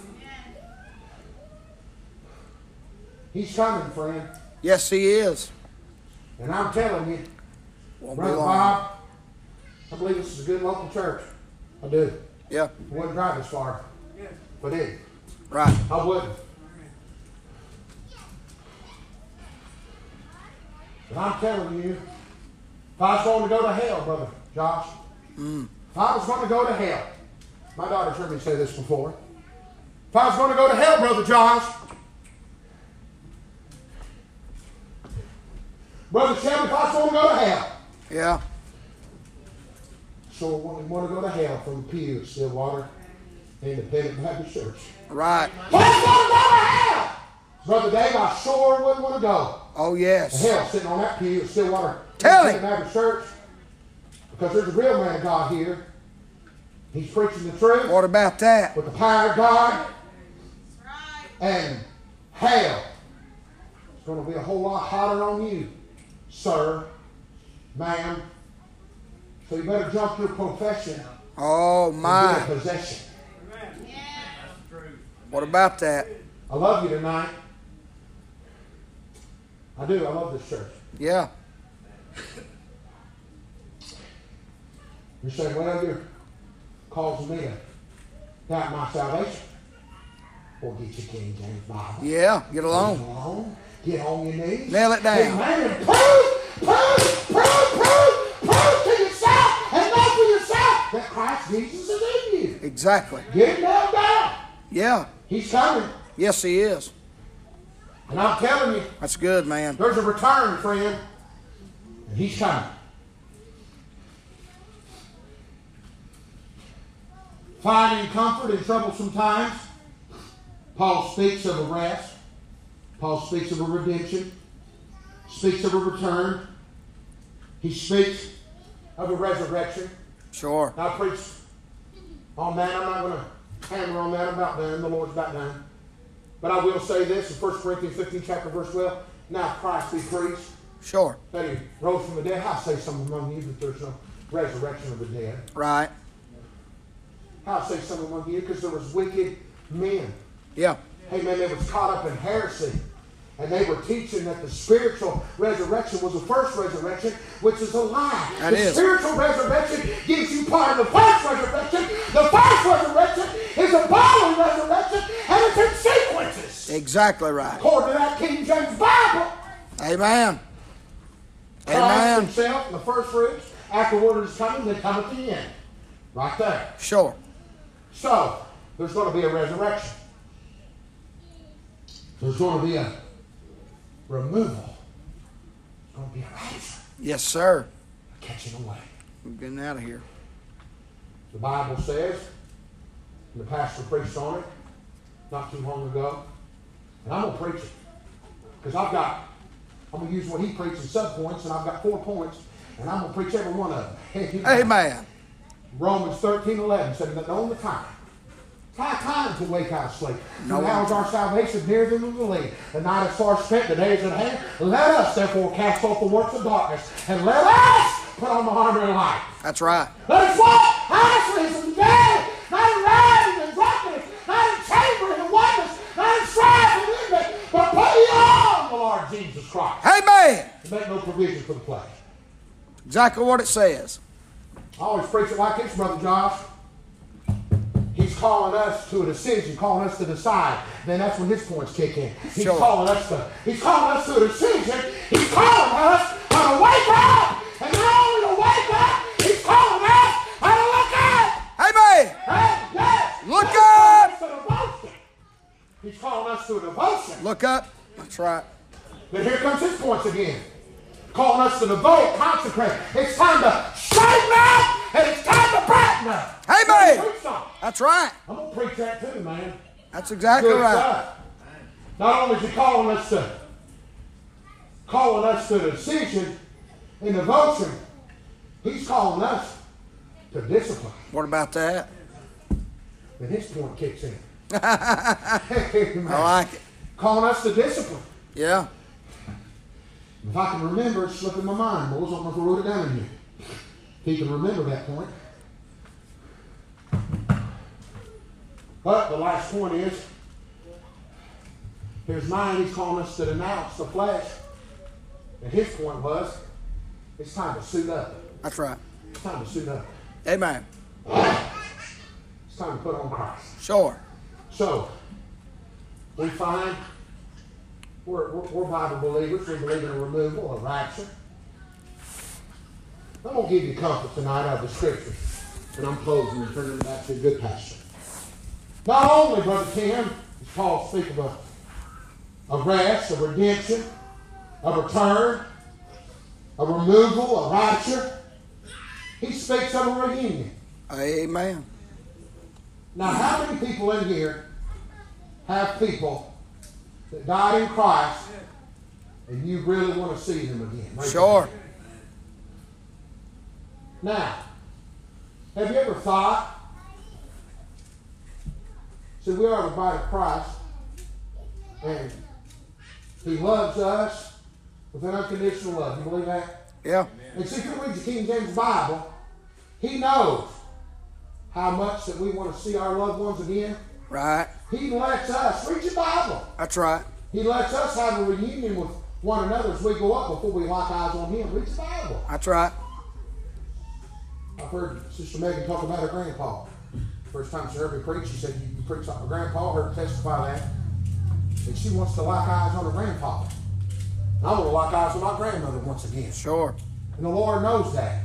S1: He's coming, friend.
S2: Yes, he is.
S1: And I'm telling you,
S2: Won't be
S1: Brother
S2: long.
S1: Bob, I believe this is a good local church. I do.
S2: Yeah.
S1: I wouldn't drive this far. But hey,
S2: Right.
S1: I wouldn't. But I'm telling you, if I was going to go to hell, brother Josh, if I was going to go to hell, my daughter's heard me say this before. If I was going to go to hell, brother Josh, brother Shelby, if I was going to go to hell,
S2: Yeah.
S1: so we want to go to hell from the pew, Stillwater, Independent Baptist Church.
S2: Right.
S1: Let's go to hell! Brother Dave, I sure wouldn't want to go.
S2: Oh, yes.
S1: Hell, sitting on that pew at Stillwater
S2: Tell him.
S1: Independent Baptist Church. Because there's a real man of God here. He's preaching the truth
S2: What about that?
S1: with the power of God. And hell, it's going to be a whole lot hotter on you, sir, ma'am. So you better jump your profession
S2: Oh,
S1: and be
S2: my.
S1: a possession.
S2: What about that?
S1: I love you tonight. I do. I love this church.
S2: Yeah.
S1: You say, well, you're causing me to doubt my salvation. Well, get your King James Bible.
S2: Yeah. Get
S1: Get
S2: along.
S1: along. Get on your knees.
S2: Nail it down.
S1: Amen. And prove, prove, prove, prove, prove to yourself and know for yourself that Christ Jesus is in you.
S2: Exactly.
S1: Get him nailed down.
S2: Yeah.
S1: He's coming.
S2: Yes, he is.
S1: And I'm telling you,
S2: That's good, man.
S1: There's a return, friend. And he's coming. Finding comfort in troublesome times. Paul speaks of a rest. Paul speaks of a redemption. Speaks of a return. He speaks of a resurrection.
S2: Sure.
S1: I preach on that. I'm not going to hammer on that. I'm about done. The Lord's about done. But I will say this in 1 Corinthians 15, chapter verse 12. Now Christ be preached
S2: Sure.
S1: that he rose from the dead. How say some among you that there's no resurrection of the dead?
S2: Right.
S1: How say some among you? Because there was wicked men.
S2: Yeah.
S1: Hey man, they was caught up in heresy. And they were teaching that the spiritual resurrection was the first resurrection, which is a lie.
S2: That
S1: the
S2: is.
S1: spiritual resurrection gives you part of the first resurrection. The first resurrection is a bodily resurrection, and it's in sequences.
S2: Exactly right.
S1: According to that King James Bible,
S2: Amen.
S1: Christ
S2: Amen.
S1: himself, the first fruits, afterward is coming, they come at the end. Right there.
S2: Sure.
S1: So, there's going to be a resurrection. There's going to be a removal. There's going to be a rising,
S2: Yes, sir.
S1: a catching away.
S2: We're getting out of here.
S1: The Bible says, and the pastor preached on it not too long ago, and I'm going to preach it. Because I've got, I'm going to use what he preached in subpoints, and I've got four points, and I'm going to preach every one of them.
S2: Amen.
S1: Romans 13, 11 said, "But know the time. High time to wake out of sleep.
S2: No.
S1: No. Now is our salvation nearer than we believe. The night is far spent, the day is at hand. Let us therefore cast off the works of darkness, and let us put on the armor of light.
S2: That's right.
S1: Let us walk honestly as in the day, not in writing and drunkenness, not in chambering and wonders, not in strife and envy, but put ye on the Lord Jesus Christ.
S2: Amen.
S1: And make no provision for the flesh.
S2: Exactly what it says.
S1: I always preach it like this, Brother Josh. He's calling us to a decision, calling us to decide. Then that's when his points kick in. He's
S2: Sure.
S1: calling us to he's calling us to a decision. He's calling us to wake up. And not only to wake up, he's calling us to look up.
S2: Amen.
S1: Hey, yes.
S2: Look
S1: He's calling
S2: up.
S1: us to devotion. He's calling us to a devotion.
S2: Look up. That's right.
S1: But here comes his points again. Calling us to devote, consecrate. It's time to straighten up and it's time to brighten up.
S2: Amen.
S1: Preach on.
S2: That's right.
S1: I'm gonna preach that too, man.
S2: That's exactly
S1: Good
S2: right.
S1: stuff. Not only is he calling us to calling us to decision and devotion, he's calling us to discipline.
S2: What about that?
S1: And his point kicks in.
S2: I like it.
S1: Calling us to discipline.
S2: Yeah.
S1: If I can remember, it's slipping my mind, boys. I'm gonna wrote it down in here. If he can remember that point. But the last point is, here's mine. He's calling us to denounce the flesh, and his point was, it's time to suit up.
S2: That's right.
S1: It's time to suit up.
S2: Amen.
S1: It's time to put on Christ.
S2: Sure.
S1: So, we find we're, we're, we're Bible believers. We believe in a removal, a rapture. I'm going to give you comfort tonight out of the scripture. And I'm closing and turning it back to a good pastor. Not only, Brother Tim, does Paul speak of a, a rest, a redemption, a return, a removal, a rapture, he speaks of a reunion.
S2: Amen.
S1: Now, how many people in here have people that died in Christ and you really want to see them again? Raise your
S2: Sure.
S1: hand. Now, have you ever thought, see, we are the body of Christ and He loves us with an unconditional love. You believe that?
S2: Yeah.
S1: And see, if you read the King James Bible, he knows how much that we want to see our loved ones again.
S2: Right.
S1: He lets us read your Bible.
S2: That's right.
S1: He lets us have a reunion with one another as we go up before we lock eyes on him. Read your Bible.
S2: That's right.
S1: I've heard Sister Megan talk about her grandpa. First time she heard me preach, she said, You preach like my grandpa, heard her testify that. And she wants to lock eyes on her grandpa. And I want to lock eyes on my grandmother once again.
S2: Sure.
S1: And the Lord knows that.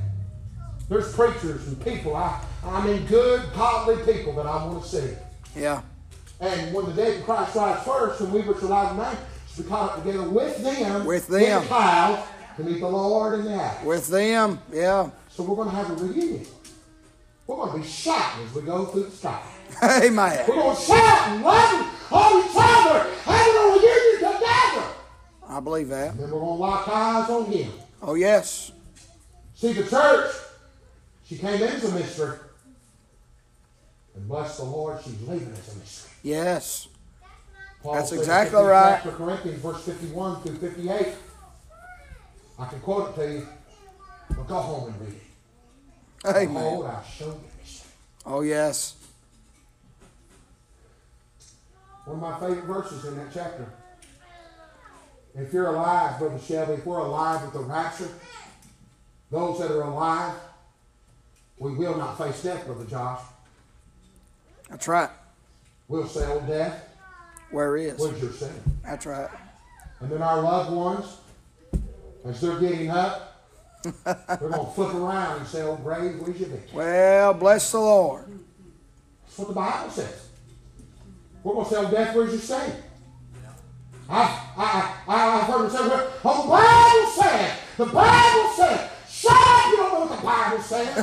S1: There's preachers and people, I, I mean, good, godly people that I want to see.
S2: Yeah.
S1: And when the day of Christ rides first and we which are alive tonight, shall be caught up together with them,
S2: With
S1: in
S2: them.
S1: the clouds, to meet the Lord in that.
S2: With them. Yeah.
S1: So we're going to have a reunion. We're going to be shouting as we go through the sky.
S2: Amen.
S1: We're going to shout and love on each other, having a reunion together.
S2: I believe that.
S1: Then we're going to lock eyes on Him.
S2: Oh, yes.
S1: See, the church, she came in as a mystery. And bless the Lord, she's leaving as a mystery.
S2: Yes.
S1: Paul
S2: That's
S1: said in
S2: exactly
S1: 15
S2: right.
S1: Chapter Corinthians, verse 51 through 58. I can quote it to you, but go home and read it.
S2: Amen.
S1: Behold, I'll show you a mystery.
S2: Oh, yes.
S1: One of my favorite verses in that chapter If you're alive, Brother Shelby, if we're alive with the rapture, those that are alive, we will not face death, Brother Josh.
S2: That's right.
S1: We'll say, Oh, death,
S2: Where is?
S1: where's your sin?
S2: That's right.
S1: And then our loved ones, as they're getting up, they're going to flip around and say, Oh, grave, where's your victory?
S2: Well, bless the Lord.
S1: That's what the Bible says. We're going to say, Oh, death, where's your sin? I, I, I, I've heard it said, well, oh, the Bible said, the Bible said, shut up, you don't know what the Bible says.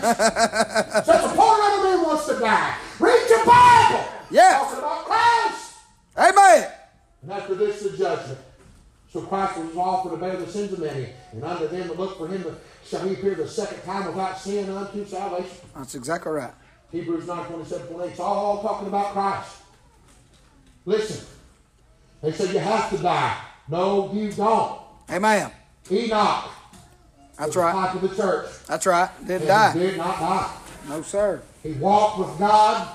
S1: Such a poor little man wants to die. Read your Bible.
S2: Yes.
S1: Talking about Christ.
S2: Amen.
S1: And after this, the judgment. So Christ was offered to bear the sins of many, and unto them that look for him shall he appear the second time without sin unto salvation.
S2: That's exactly right.
S1: Hebrews 9, 27, 28. It's all talking about Christ. Listen, they said you have to die. No, you don't.
S2: Amen.
S1: Enoch was
S2: That's
S1: the
S2: right.
S1: type of the church.
S2: That's right. Didn't
S1: and he
S2: die.
S1: did not die.
S2: No, sir.
S1: He walked with God.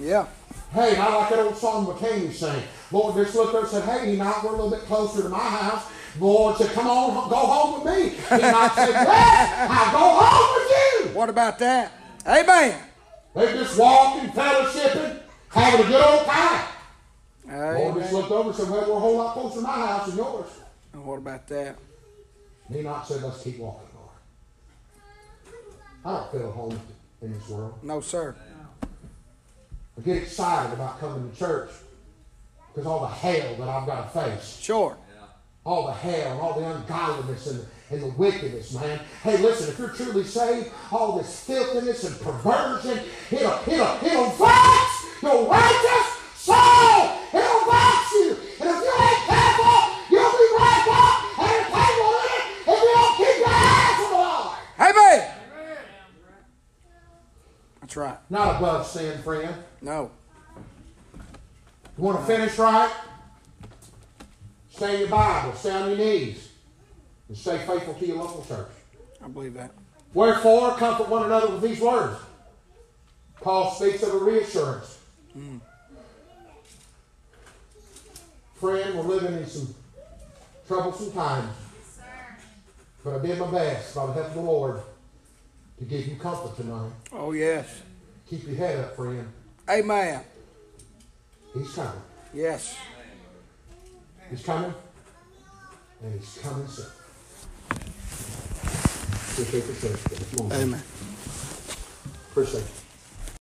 S2: Yeah.
S1: Hey, I like that old song McCain sang. Lord just looked up and said, Hey, Enoch, we're a little bit closer to my house. Lord said, Come on, go home with me. Enoch said, Yes, I'll go home with you.
S2: What about that? Amen.
S1: They just walking, fellowshipping, having a good old time. Lord just
S2: Amen.
S1: looked over and said, Well, we're a whole lot closer to my house than yours.
S2: And what about that?
S1: And Enoch said, Let's keep walking, Lord. I don't feel at home in this world.
S2: No, sir.
S1: I get excited about coming to church because all the hell that I've got to face.
S2: Sure.
S1: all the hell and all the ungodliness and, and the wickedness, man. Hey, listen, if you're truly saved, all this filthiness and perversion, it'll, it'll, it'll vex your righteous soul. It'll vex you. And if you ain't careful, you'll be wrapped up and entangled in it if you don't keep your eyes on the Lord.
S2: Amen. That's right.
S1: Not above sin, friend.
S2: No.
S1: You want to finish right? Stay in your Bible, stay on your knees, and stay faithful to your local church.
S2: I believe that.
S1: Wherefore, comfort one another with these words. Paul speaks of a reassurance. Friend, we're living in some troublesome times. But I did my best by the help of the Lord to give you comfort tonight.
S2: Oh, yes.
S1: Keep your head up, friend.
S2: Amen.
S1: He's coming.
S2: Yes.
S1: He's coming. And he's coming soon. Appreciate the church. Come on.
S2: Amen.
S1: Appreciate it.